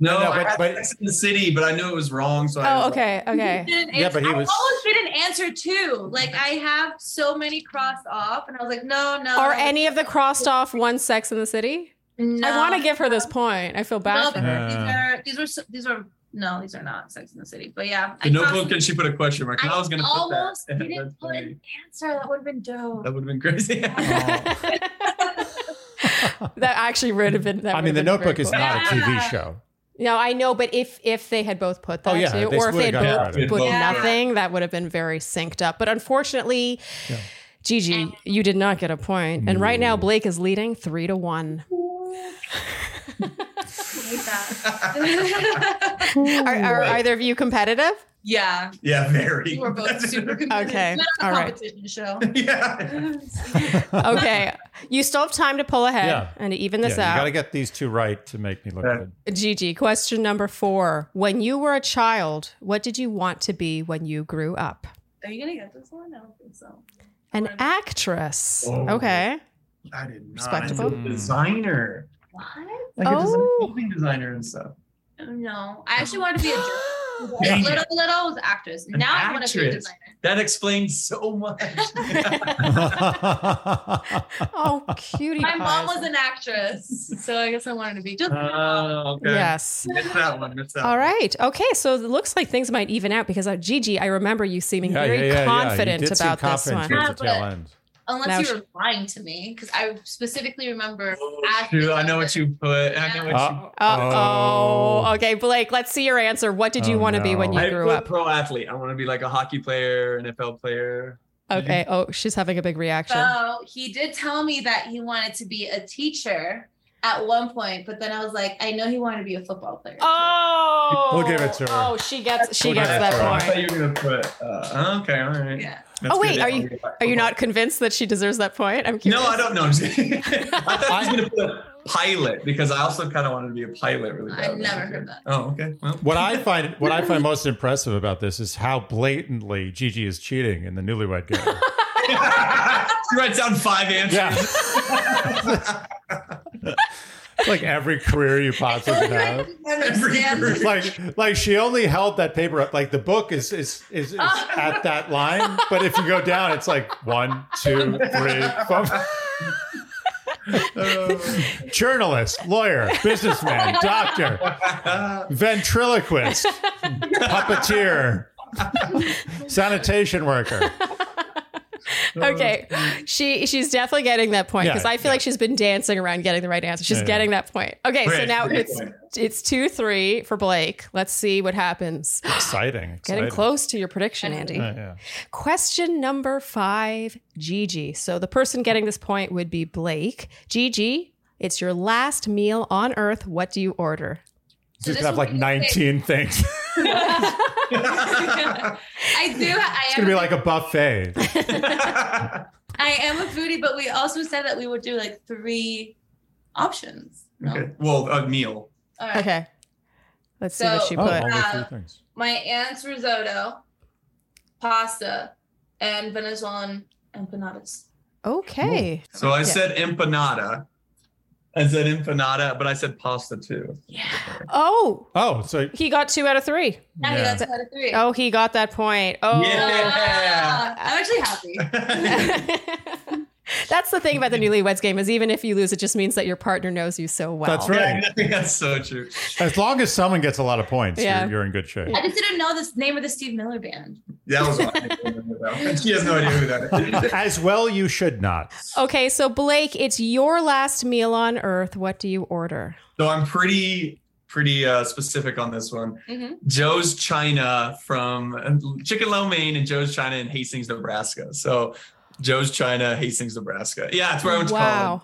Speaker 3: No,
Speaker 4: No, no,
Speaker 3: I
Speaker 4: but-
Speaker 3: had
Speaker 4: but-
Speaker 3: Sex in the City, but I knew it was wrong. So I
Speaker 1: Oh,
Speaker 3: was like,
Speaker 1: okay, okay.
Speaker 2: He didn't
Speaker 4: Yeah,
Speaker 2: answer-
Speaker 4: but he
Speaker 2: I've
Speaker 4: was-
Speaker 2: always been an answer too. Like I have so many crossed off, and I was like, no, no.
Speaker 1: Are any of the crossed off one Sex in the City?
Speaker 2: No.
Speaker 1: I want to give her this point. I feel
Speaker 2: No,
Speaker 1: bad for
Speaker 2: but
Speaker 1: her.
Speaker 2: these
Speaker 4: Yeah.
Speaker 2: are these are so- these are no, these are not Sex in the City. But yeah,
Speaker 3: The
Speaker 2: I
Speaker 3: Notebook,
Speaker 2: crossed-
Speaker 3: and she put a question mark. and I was gonna put that.
Speaker 2: almost didn't
Speaker 3: That's
Speaker 2: put
Speaker 3: funny.
Speaker 2: an answer. That would have been dope.
Speaker 3: That would have been crazy.
Speaker 1: that actually would have been. That
Speaker 4: I mean,
Speaker 1: would
Speaker 4: The
Speaker 1: have been
Speaker 4: Notebook
Speaker 1: very
Speaker 4: is
Speaker 1: cool.
Speaker 4: not a TV
Speaker 2: Yeah.
Speaker 4: show.
Speaker 1: No, I know, but if if they had both put that
Speaker 4: Oh, yeah,
Speaker 1: too,
Speaker 4: they
Speaker 1: or
Speaker 4: would've
Speaker 1: if they had
Speaker 4: gotten
Speaker 1: both
Speaker 3: credit.
Speaker 1: put
Speaker 2: Yeah.
Speaker 1: nothing, that would have been very synced up. But unfortunately,
Speaker 4: Yeah.
Speaker 1: Gigi, you did not get a point. And right now,
Speaker 4: No.
Speaker 1: Blake is leading three to one.
Speaker 2: Like that.
Speaker 1: Are, are either of you competitive?
Speaker 2: Yeah.
Speaker 3: Yeah, very.
Speaker 2: We were both super competitive.
Speaker 1: Okay,
Speaker 2: Not a
Speaker 1: all right.
Speaker 2: competition show.
Speaker 3: yeah.
Speaker 1: Okay. You still have time to pull ahead
Speaker 5: Yeah.
Speaker 1: and to even
Speaker 5: Yeah,
Speaker 1: this
Speaker 5: you got
Speaker 1: out.
Speaker 5: to get these two right to make me look
Speaker 3: Yeah.
Speaker 5: good.
Speaker 1: Gigi, question number four. When you were a child, what did you want to be when you grew up?
Speaker 2: Are you gonna get this one? I don't think so.
Speaker 1: An
Speaker 2: Um,
Speaker 1: actress.
Speaker 3: Oh.
Speaker 1: Okay.
Speaker 3: I did not.
Speaker 1: Respectable.
Speaker 2: Hmm.
Speaker 3: I'm a designer.
Speaker 2: What?
Speaker 3: Like a design,
Speaker 1: Oh.
Speaker 3: clothing designer and stuff.
Speaker 2: No. I actually wanted to be a journalist.
Speaker 3: Dang it.
Speaker 2: little little I was actress.
Speaker 3: An
Speaker 2: now I want to be a
Speaker 3: actress.
Speaker 2: designer.
Speaker 3: That explains so much.
Speaker 1: oh, cutie.
Speaker 2: My mom
Speaker 1: pies.
Speaker 2: was an actress, so I guess I wanted to be just.
Speaker 3: Oh, okay.
Speaker 1: Yes.
Speaker 3: Missed that one. Missed that
Speaker 1: All
Speaker 3: one.
Speaker 1: right. Okay. So it looks like things might even out because, uh, Gigi, I remember you seeming
Speaker 5: Yeah,
Speaker 1: very
Speaker 5: yeah, yeah, yeah. You
Speaker 1: confident
Speaker 5: did seem
Speaker 1: about
Speaker 5: confident
Speaker 1: this one.
Speaker 5: towards the tail end.
Speaker 2: Unless
Speaker 1: Now
Speaker 2: you were lying to me, because I specifically remember.
Speaker 3: Oh, shoot, I know what you put. I know what you
Speaker 5: Uh,
Speaker 1: Uh oh.
Speaker 5: Oh.
Speaker 1: Okay, Blake, let's see your answer. What did you
Speaker 5: Oh,
Speaker 1: want to be
Speaker 5: no.
Speaker 1: when you
Speaker 3: I
Speaker 1: grew
Speaker 3: put
Speaker 1: up?
Speaker 3: pro athlete. I want to be like a hockey player, NFL player.
Speaker 1: Okay. Oh, she's having a big reaction.
Speaker 2: So he did tell me that he wanted to be a teacher at one point, but then I was like, I know he wanted to be a football player.
Speaker 1: Oh,
Speaker 5: We'll give it to her.
Speaker 1: Oh, she gets she
Speaker 5: We'll
Speaker 1: gets
Speaker 5: give it
Speaker 1: that
Speaker 5: to her.
Speaker 3: Oh, I
Speaker 1: point.
Speaker 3: thought you were gonna put. Uh, okay, all right.
Speaker 2: Yeah.
Speaker 3: That's
Speaker 1: Oh, wait,
Speaker 3: good.
Speaker 1: are you- Are you not convinced that she deserves that point? I'm curious.
Speaker 3: No, I don't know. I'm just kidding. I thought you were gonna put pilot because I also kind of wanted to be a pilot really bad.
Speaker 2: I've never heard that.
Speaker 3: Oh, okay. Well,
Speaker 5: What I find what I find most impressive about this is how blatantly Gigi is cheating in the newlywed game.
Speaker 3: she writes down five answers.
Speaker 5: yeah. It's like every career you possibly have.
Speaker 2: didn't understand
Speaker 3: Every-
Speaker 2: this.
Speaker 5: Like like she only held that paper up like the book is is is, is at that line, but if you go down it's like one, two, three, four. Journalist, lawyer, businessman, doctor, ventriloquist, puppeteer, sanitation worker.
Speaker 1: Okay, she she's definitely getting that point because
Speaker 5: Yeah,
Speaker 1: I feel like she's been dancing around getting the right answer. She's
Speaker 5: Yeah, yeah.
Speaker 1: getting that point. Okay, so
Speaker 3: Great,
Speaker 1: now
Speaker 3: great
Speaker 1: it's
Speaker 3: point.
Speaker 1: it's two three for Blake. Let's see what happens.
Speaker 5: Exciting.
Speaker 1: Getting
Speaker 5: exciting.
Speaker 1: close to your prediction, Andy.
Speaker 5: Yeah, yeah.
Speaker 1: Question number five, Gigi. So the person getting this point would be Blake. Gigi, it's your last meal on Earth. What do you order?
Speaker 2: So
Speaker 5: Just
Speaker 2: this
Speaker 5: have
Speaker 2: will
Speaker 5: like
Speaker 2: be the
Speaker 5: 19 things.
Speaker 2: I do. I am,
Speaker 5: It's going to be like a buffet.
Speaker 2: I am a foodie, but we also said that we would do like three options. No?
Speaker 3: okay. Well, a meal.
Speaker 2: All right.
Speaker 1: Okay. Let's see what
Speaker 2: Uh, So-
Speaker 1: she
Speaker 5: Oh,
Speaker 1: put.
Speaker 5: only three
Speaker 2: Uh,
Speaker 5: things.
Speaker 2: My aunt's risotto, pasta, and Venezuelan empanadas.
Speaker 5: Oh.
Speaker 1: Okay.
Speaker 3: So I
Speaker 1: Yeah.
Speaker 3: said empanada. I said empanada, but I said pasta too.
Speaker 2: Yeah.
Speaker 1: Oh,
Speaker 5: Oh, so
Speaker 1: he got two out of three.
Speaker 2: Abby,
Speaker 5: yeah.
Speaker 2: that's out of three. Uh,
Speaker 1: Oh, he got that point. Oh.
Speaker 3: Yeah.
Speaker 2: I'm actually happy.
Speaker 1: That's the thing about the newlyweds game is even if you lose, it just means that your partner knows you so well.
Speaker 5: That's
Speaker 3: Yeah,
Speaker 5: right.
Speaker 3: I think that's so true.
Speaker 5: as long as someone gets a lot of points,
Speaker 1: Yeah.
Speaker 5: you're, you're in good shape.
Speaker 2: I just didn't know this name of the Steve Miller band.
Speaker 3: That was one. she has no idea who that is.
Speaker 5: As well, you should not.
Speaker 1: Okay, so Blake, it's your last meal on Earth. What do you order?
Speaker 3: So I'm pretty pretty uh, specific on this one.
Speaker 5: Mm-hmm.
Speaker 2: Mhm.
Speaker 3: Joe's China from Chicken Lo Mein and Joe's China in Hastings, Nebraska. So Joe's China, Hastings, Nebraska. Yeah, that's where I went to
Speaker 1: wow.
Speaker 3: college.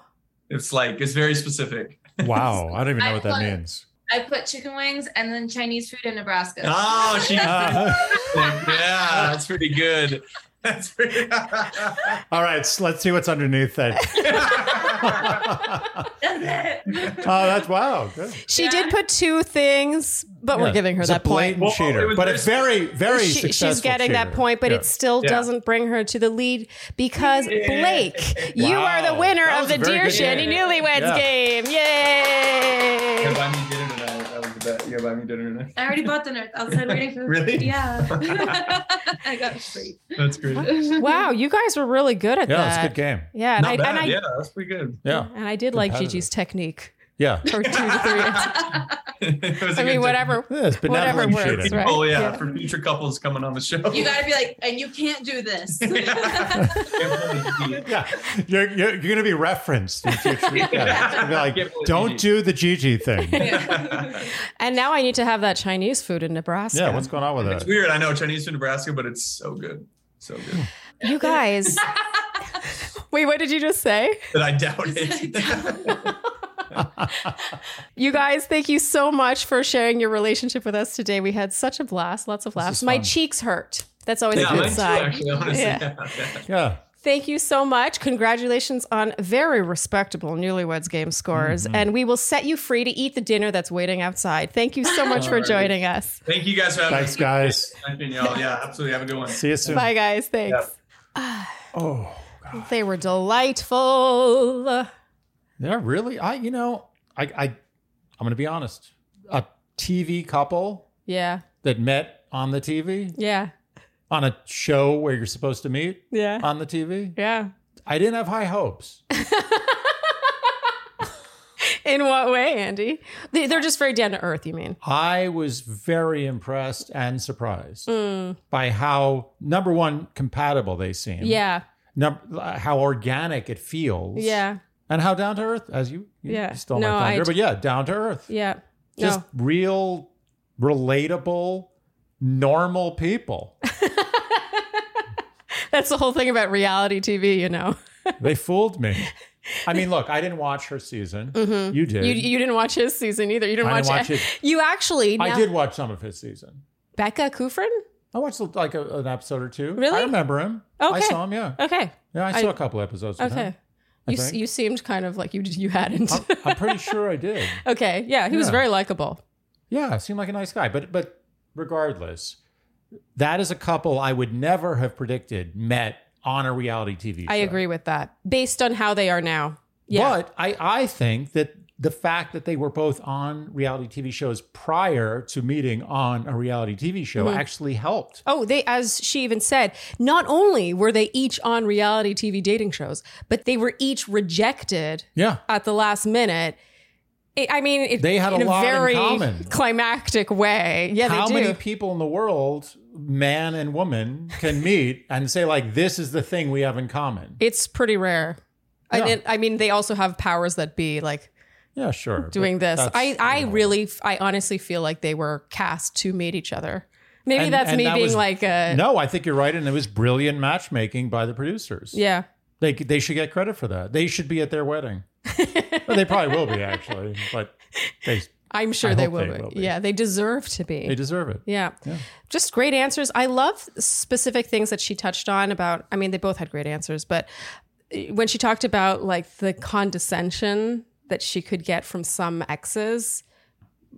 Speaker 3: It's like it's very specific.
Speaker 5: Wow. I don't even know
Speaker 2: I
Speaker 5: what that
Speaker 2: put-
Speaker 5: means.
Speaker 2: I put chicken wings and then Chinese food in Nebraska.
Speaker 3: Oh, she.
Speaker 5: Uh,
Speaker 3: yeah, that's pretty good. That's pretty.
Speaker 5: all right. s- Let's see what's underneath that. oh,
Speaker 2: That's it.
Speaker 5: that's wow. Good.
Speaker 1: She
Speaker 2: Yeah.
Speaker 1: did put two things, but we're
Speaker 5: Yeah.
Speaker 1: giving her
Speaker 5: It's
Speaker 1: that
Speaker 5: a blatant
Speaker 1: point.
Speaker 3: Well,
Speaker 5: cheater,
Speaker 3: it was
Speaker 5: but
Speaker 3: very
Speaker 5: a very, very
Speaker 1: She-
Speaker 5: successful
Speaker 1: she's getting that
Speaker 5: cheater.
Speaker 1: point, but
Speaker 5: Yeah.
Speaker 1: it still
Speaker 3: Yeah.
Speaker 1: doesn't bring her to the lead because Blake, you are the
Speaker 5: Wow.
Speaker 1: winner of
Speaker 5: That was
Speaker 1: the
Speaker 5: a very
Speaker 1: Dear
Speaker 5: good
Speaker 1: Shandy
Speaker 3: game.
Speaker 1: Newlyweds
Speaker 5: Yeah.
Speaker 1: game. Yay!
Speaker 3: Yeah, buy me dinner tonight. That was the bet. Yeah, buy me dinner tonight.
Speaker 2: I already bought dinner outside waiting for
Speaker 3: Really?
Speaker 2: Yeah. I got it free.
Speaker 3: That's great.
Speaker 1: Wow, you guys were really good at
Speaker 5: Yeah,
Speaker 1: that.
Speaker 5: it's a good game.
Speaker 1: Yeah, and
Speaker 3: Not
Speaker 1: I,
Speaker 3: bad.
Speaker 1: and I
Speaker 3: yeah, that's pretty good.
Speaker 5: Yeah.
Speaker 1: and I did like
Speaker 5: Competitive.
Speaker 1: Gigi's technique.
Speaker 5: Yeah.
Speaker 1: Or two to three.
Speaker 3: It was a
Speaker 1: I mean,
Speaker 3: good
Speaker 1: whatever.
Speaker 5: Yeah, it's
Speaker 1: Whatever
Speaker 5: benevolent
Speaker 1: works,
Speaker 5: cheating.
Speaker 1: right?
Speaker 3: Oh yeah,
Speaker 1: Yeah.
Speaker 3: for future couples coming on the show.
Speaker 2: You gotta be like, and you can't do this.
Speaker 3: got
Speaker 5: Yeah, you're, you're, you're going to be referenced in future. Yeah. It's gonna be like,
Speaker 3: Give it a
Speaker 5: don't
Speaker 3: Gigi."
Speaker 5: do the Gigi thing.
Speaker 1: And now I need to have that Chinese food in Nebraska.
Speaker 5: Yeah, what's going on with
Speaker 3: It's
Speaker 5: that?
Speaker 3: weird. I know Chinese from Nebraska, but it's so good, so good
Speaker 1: you guys. Wait, what did you just say?
Speaker 3: that I doubt it.
Speaker 1: You guys, thank you so much for sharing your relationship with us today. We had such a blast, lots of laughs.
Speaker 5: was
Speaker 1: My
Speaker 5: fun.
Speaker 1: cheeks hurt. That's always
Speaker 3: yeah,
Speaker 1: a
Speaker 3: mine
Speaker 1: good
Speaker 3: too,
Speaker 1: sign.
Speaker 3: actually, honestly.
Speaker 1: Yeah.
Speaker 5: yeah.
Speaker 1: Thank you so much. Congratulations on very respectable newlyweds game scores.
Speaker 3: Mm-hmm.
Speaker 1: And we will set you free to eat the dinner that's waiting outside. Thank you so much for
Speaker 3: Alrighty.
Speaker 1: joining us.
Speaker 3: Thank you guys for having
Speaker 4: Thanks,
Speaker 3: me.
Speaker 4: guys.
Speaker 3: Thanks, Danielle. Yeah, absolutely. Have a good one.
Speaker 4: See you soon.
Speaker 1: Bye, guys. Thanks.
Speaker 5: Oh,
Speaker 1: They were delightful.
Speaker 5: yeah. Really? I, you know, I, I, I'm going to be honest. A TV couple
Speaker 1: Yeah.
Speaker 5: that met on the TV
Speaker 1: Yeah.
Speaker 5: on a show where you're supposed to meet
Speaker 3: Uh,
Speaker 1: Yeah.
Speaker 5: on the TV.
Speaker 1: Yeah.
Speaker 5: I didn't have high hopes.
Speaker 1: In what way, Andy? They- They're just very down to earth, you mean?
Speaker 5: I was very impressed and surprised
Speaker 1: Mm,
Speaker 5: by how number one compatible they seem.
Speaker 1: yeah.
Speaker 5: Num- how organic it feels.
Speaker 1: Yeah.
Speaker 5: And how down to earth, as you, you
Speaker 1: Yeah.
Speaker 5: stole
Speaker 1: No,
Speaker 5: my
Speaker 1: I
Speaker 5: thunder,
Speaker 1: d-
Speaker 5: but yeah, down to earth.
Speaker 1: Yeah.
Speaker 5: Just real, relatable, normal people.
Speaker 1: That's the whole thing about reality TV, you know.
Speaker 5: they fooled me. I mean, look, I didn't watch her season.
Speaker 1: Mhm.
Speaker 5: You did.
Speaker 1: You, you didn't watch his season either. You didn't,
Speaker 5: I
Speaker 1: watch,
Speaker 5: didn't watch it.
Speaker 1: You actually.
Speaker 5: I
Speaker 1: now-
Speaker 5: did watch some of his season.
Speaker 1: Becca Kufrin?
Speaker 5: I watched like a, an episode or two.
Speaker 1: Really?
Speaker 5: I remember him. I
Speaker 1: Okay.
Speaker 5: saw him. Yeah,
Speaker 1: Okay.
Speaker 5: yeah. I
Speaker 1: I-
Speaker 5: saw a couple episodes. With
Speaker 1: Okay.
Speaker 5: him, I
Speaker 1: You, s-
Speaker 5: think.
Speaker 1: you seemed kind of like you you hadn't.
Speaker 5: I'm, I'm pretty sure I did.
Speaker 1: okay. Yeah. He was
Speaker 5: Yeah.
Speaker 1: very likable.
Speaker 5: Yeah, seemed like a nice guy. But but regardless, that is a couple I would never have predicted met on a reality TV.
Speaker 1: I
Speaker 5: show.
Speaker 1: agree with that. Based on how they are now. Yeah.
Speaker 5: But I I think that the fact that they were both on reality TV shows prior to meeting on a reality TV show
Speaker 1: Mhm.
Speaker 5: actually helped.
Speaker 1: Oh, they, as she even said, not only were they each on reality TV dating shows, but they were each rejected
Speaker 5: Yeah.
Speaker 1: at the last minute. I I mean, it,
Speaker 5: They had a
Speaker 1: in
Speaker 5: lot in
Speaker 1: very
Speaker 5: common.
Speaker 1: climactic way. Yeah,
Speaker 5: How
Speaker 1: they do.
Speaker 5: many people in the world, man and woman, can meet and say like, "This is the thing we have in common"?
Speaker 1: it's pretty rare. And
Speaker 5: Yeah.
Speaker 1: it, I mean, they also have powers that be, like
Speaker 5: Yeah, sure. but
Speaker 1: doing this.
Speaker 5: that's-
Speaker 1: I, I
Speaker 5: you know.
Speaker 1: really, I honestly feel like they were cast to meet each other. Maybe
Speaker 5: And-
Speaker 1: that's
Speaker 5: and
Speaker 1: me
Speaker 5: that
Speaker 1: being
Speaker 5: was-
Speaker 1: like a
Speaker 5: No, I think you're right, and it was brilliant matchmaking by the producers.
Speaker 1: yeah.
Speaker 5: They they should get credit for that. They should be at their wedding. well, they probably will be actually, but they
Speaker 1: I'm sure
Speaker 5: I
Speaker 1: they,
Speaker 5: hope
Speaker 1: will,
Speaker 5: they
Speaker 1: be.
Speaker 5: will be.
Speaker 1: Yeah, they deserve to be.
Speaker 5: they deserve it.
Speaker 1: Yeah.
Speaker 5: Yeah.
Speaker 1: Just great answers. I love specific things that she touched on about, I mean, they both had great answers, but eh, when she talked about like the condescension that she could get from some exes,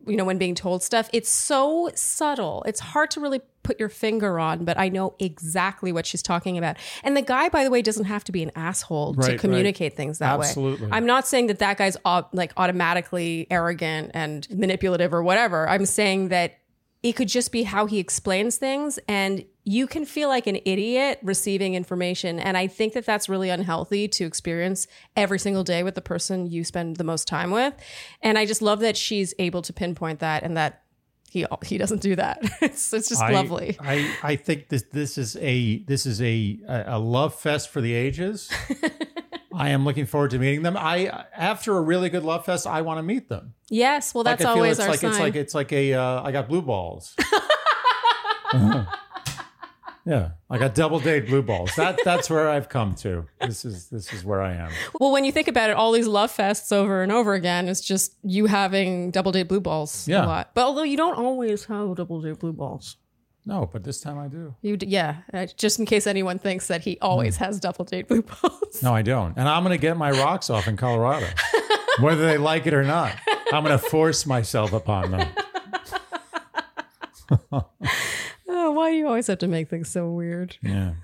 Speaker 1: you know, when being told stuff, it's so subtle. It's hard to really put your finger on, but I know exactly what she's talking about. And the guy, by the way, doesn't have to be an asshole
Speaker 5: Right,
Speaker 1: to
Speaker 5: right.
Speaker 1: communicate things that way.
Speaker 5: Absolutely.
Speaker 1: I'm not saying that that guy's au- like automatically arrogant and manipulative or whatever. I'm saying that it could just be how he explains things and you can feel like an idiot receiving information and I think that that's really unhealthy to experience every single day with the person you spend the most time with. And I just love that she's able to pinpoint that and that he he doesn't do that. it's, it's just
Speaker 5: I-
Speaker 1: lovely.
Speaker 5: I, I think this this is a this is a a love fest for the ages. I am looking forward to meeting them. I after a really good love fest, I want to meet them.
Speaker 1: Yes, well that's
Speaker 5: like I feel
Speaker 1: always
Speaker 5: it's
Speaker 1: our
Speaker 5: like
Speaker 1: sign.
Speaker 5: it's like it's like a uh, I got blue balls. yeah, I got double date blue balls. That that's where I've come to. This is this is where I am.
Speaker 1: well, when you think about it, all these love fests over and over again is just you having double date blue balls
Speaker 5: Yeah.
Speaker 1: a lot. But although you don't always have double date blue balls.
Speaker 5: No, but this time I do.
Speaker 1: You d- yeah, uh, just in case anyone thinks that he always has double date blue balls.
Speaker 5: No, I don't. And I'm going to get my rocks off in Colorado, whether they like it or not. I'm going to force myself upon them.
Speaker 1: Oh, why do you always have to make things so weird?
Speaker 5: Yeah.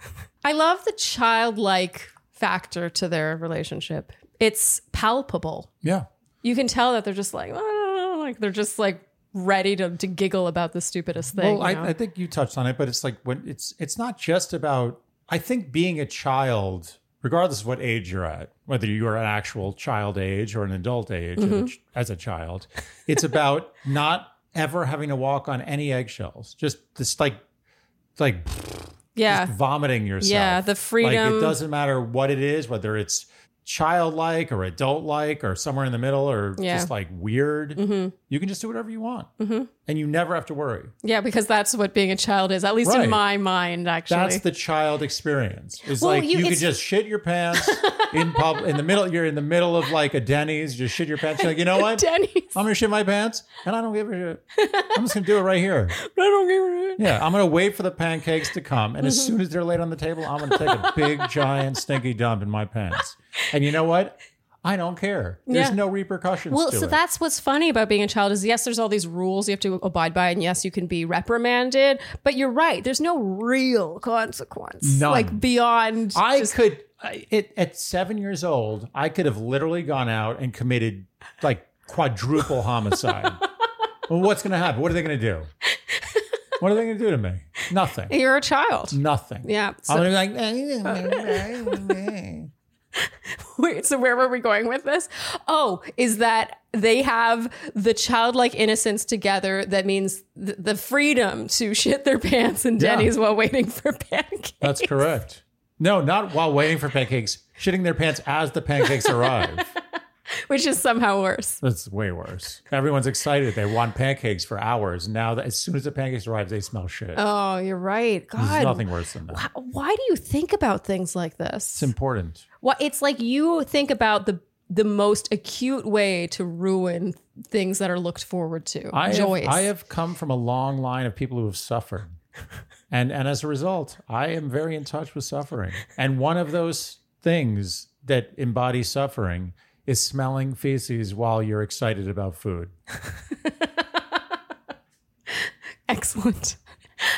Speaker 1: I love the childlike factor to their relationship. It's palpable.
Speaker 5: Yeah.
Speaker 1: You can tell that they're just like, "Oh," like they're just like ready to, to giggle about the stupidest thing.
Speaker 5: well,
Speaker 1: you know?
Speaker 5: I, I think you touched on it, but it's like when it's it's not just about. I think being a child, regardless of what age you're at, whether you are an actual child age or an adult age
Speaker 1: Mm-hmm.
Speaker 5: as a ch- as a child, it's about not ever having to walk on any eggshells. Just this like like
Speaker 1: yeah,
Speaker 5: vomiting yourself.
Speaker 1: yeah, the freedom.
Speaker 5: Like it doesn't matter what it is, whether it's childlike or adult like or somewhere in the middle or
Speaker 1: Yeah.
Speaker 5: just like weird,
Speaker 1: hmm
Speaker 5: you can just do whatever you want
Speaker 1: hmm
Speaker 5: and you never have to worry.
Speaker 1: Yeah, because that's what being a child is, at least
Speaker 5: Right.
Speaker 1: in my mind, actually.
Speaker 5: That's the child experience. It's
Speaker 1: Well,
Speaker 5: like
Speaker 1: you-
Speaker 5: you, could
Speaker 1: it's-
Speaker 5: just shit your pants in pub in the middle. You're in the middle of like a Denny's. You just shit your pants. You're like you know what?
Speaker 1: Denny's.
Speaker 5: I'm gonna shit my pants, and I don't give a shit. I'm just gonna do it right here.
Speaker 1: I don't give a shit.
Speaker 5: Yeah, I'm gonna wait for the pancakes to come,
Speaker 1: Mm-hmm.
Speaker 5: and as soon as they're laid on the table, I'm gonna take a big giant stinky dump in my pants. And you know what? I don't care. There's
Speaker 1: Yeah.
Speaker 5: no repercussions.
Speaker 1: Well,
Speaker 5: to
Speaker 1: so
Speaker 5: it.
Speaker 1: that's what's funny about being a child is yes, there's all these rules you have to abide by, and yes, you can be reprimanded, but you're right. There's no real consequence,
Speaker 5: None.
Speaker 1: like beyond.
Speaker 5: I
Speaker 1: just-
Speaker 5: could I- it, at seven years old. I could have literally gone out and committed like quadruple homicide. well, what's going to happen? What are they going to do? What are they going to do to me? Nothing.
Speaker 1: you're a child.
Speaker 5: Nothing.
Speaker 1: Yeah. So,
Speaker 5: I'm gonna be like, "Eh, eh, eh, eh."
Speaker 1: wait, so where were we going with this? Oh, is that they have the childlike innocence together? That means th- the freedom to shit their pants in
Speaker 5: Yeah.
Speaker 1: Denny's while waiting for pancakes.
Speaker 5: that's correct. No, not while waiting for pancakes, shitting their pants as the pancakes arrive.
Speaker 1: which is somehow worse.
Speaker 5: That's way worse. Everyone's excited. They want pancakes for hours. Now, that as soon as the pancakes arrive, they smell shit.
Speaker 1: Oh, you're right.
Speaker 5: There's
Speaker 1: God.
Speaker 5: nothing worse than that.
Speaker 1: Why- Why do you think about things like this?
Speaker 5: It's important.
Speaker 1: Well, it's like you think about the the most acute way to ruin things that are looked forward to.
Speaker 5: I
Speaker 1: Joys.
Speaker 5: Have, I have come from a long line of people who have suffered. And and as a result, I am very in touch with suffering. And one of those things that embody suffering is smelling feces while you're excited about food.
Speaker 1: Excellent.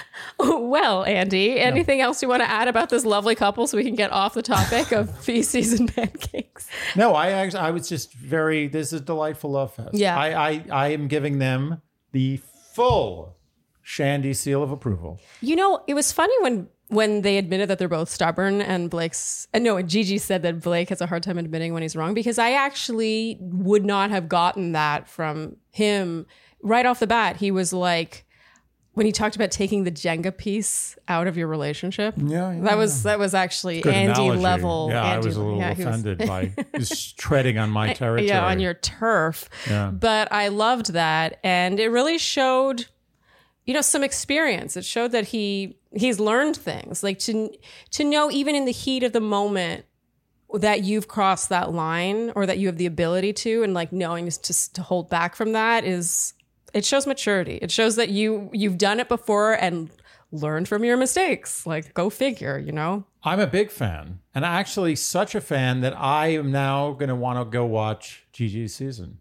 Speaker 1: well, Andy, anything else you want to add about this lovely couple so we can get off the topic of feces and pancakes?
Speaker 5: No, I actually I was just very this is a delightful love fest.
Speaker 1: Yeah.
Speaker 5: I I, I am giving them the full Shandy seal of approval.
Speaker 1: You know, it was funny when when they admitted that they're both stubborn and Blake's and no, and Gigi said that Blake has a hard time admitting when he's wrong because I actually would not have gotten that from him right off the bat. He was like when he talked about taking the Jenga piece out of your relationship.
Speaker 5: Yeah,
Speaker 1: That was that was actually
Speaker 5: Good
Speaker 1: Andy
Speaker 5: analogy.
Speaker 1: level.
Speaker 5: Yeah,
Speaker 1: Andy
Speaker 5: I was a little
Speaker 1: yeah, he was-
Speaker 5: offended by just treading on my territory.
Speaker 1: yeah, on your turf.
Speaker 5: Yeah.
Speaker 1: But I loved that, and it really showed, you know, some experience. It showed that he he's learned things, like to to know even in the heat of the moment that you've crossed that line or that you have the ability to, and like knowing to to hold back from that is it shows maturity. It shows that you you've done it before and learned from your mistakes. Like go figure, you know.
Speaker 5: I'm a big fan, and actually such a fan that I am now going to want to go watch Gigi's season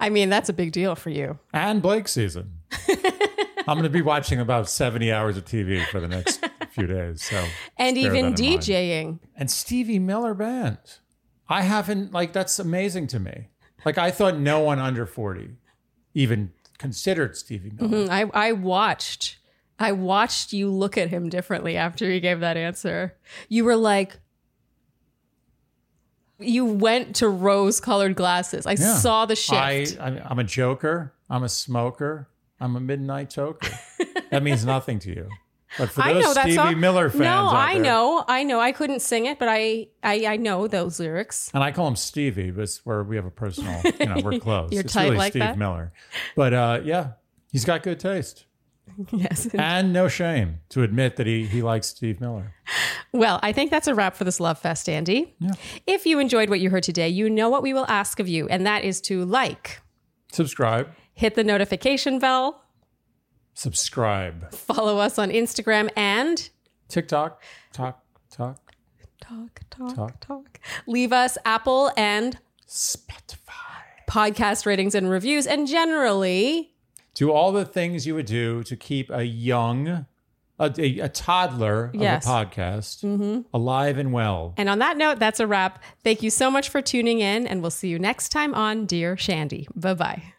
Speaker 1: I mean, that's a big deal for you.
Speaker 5: and Blake's season. I'm going to be watching about 70 hours of TV for the next few days. So,
Speaker 1: And
Speaker 5: Bear
Speaker 1: even
Speaker 5: that in mind.
Speaker 1: DJing.
Speaker 5: and Stevie Miller Band, I haven't like that's amazing to me. Like I thought no one under 40 even considered Stevie Miller.
Speaker 1: Mm, I, I watched. I watched you look at him differently after you gave that answer. You were like, you went to rose colored glasses. I
Speaker 5: Yeah.
Speaker 1: saw the shift.
Speaker 5: I, I'm- I'm a joker. I'm a smoker. I'm a midnight toker. that means nothing to you. But for
Speaker 1: I
Speaker 5: those
Speaker 1: know that
Speaker 5: Stevie
Speaker 1: song.
Speaker 5: Miller fans,
Speaker 1: no,
Speaker 5: out
Speaker 1: I
Speaker 5: there-
Speaker 1: know, I know. I couldn't sing it, but I, I, I know those lyrics.
Speaker 5: And I call him Stevie, but it's where we have a personal, you know, we're close.
Speaker 1: You're
Speaker 5: it's
Speaker 1: tight
Speaker 5: really
Speaker 1: like
Speaker 5: Steve
Speaker 1: that?
Speaker 5: Miller. But uh, yeah, he's got good taste
Speaker 1: Yes.
Speaker 5: and no shame to admit that he, he likes Steve Miller.
Speaker 1: Well, I think that's a wrap for this Love Fest, Andy.
Speaker 5: Yeah.
Speaker 1: If you enjoyed what you heard today, you know what we will ask of you, and that is to like,
Speaker 5: Subscribe,
Speaker 1: hit the notification bell,
Speaker 5: subscribe,
Speaker 1: follow us on Instagram, and
Speaker 5: TikTok, talk, talk,
Speaker 1: talk, talk, talk,
Speaker 5: Talk.
Speaker 1: Leave us Apple and
Speaker 5: Spotify.
Speaker 1: podcast ratings and reviews, and generally,
Speaker 5: do all the things you would do to keep a young, a, a, a toddler
Speaker 1: Yes.
Speaker 5: of a podcast alive and well.
Speaker 1: and on that note, that's a wrap. Thank you so much for tuning in, and we'll see you next time on Dear Shandy. Bye bye.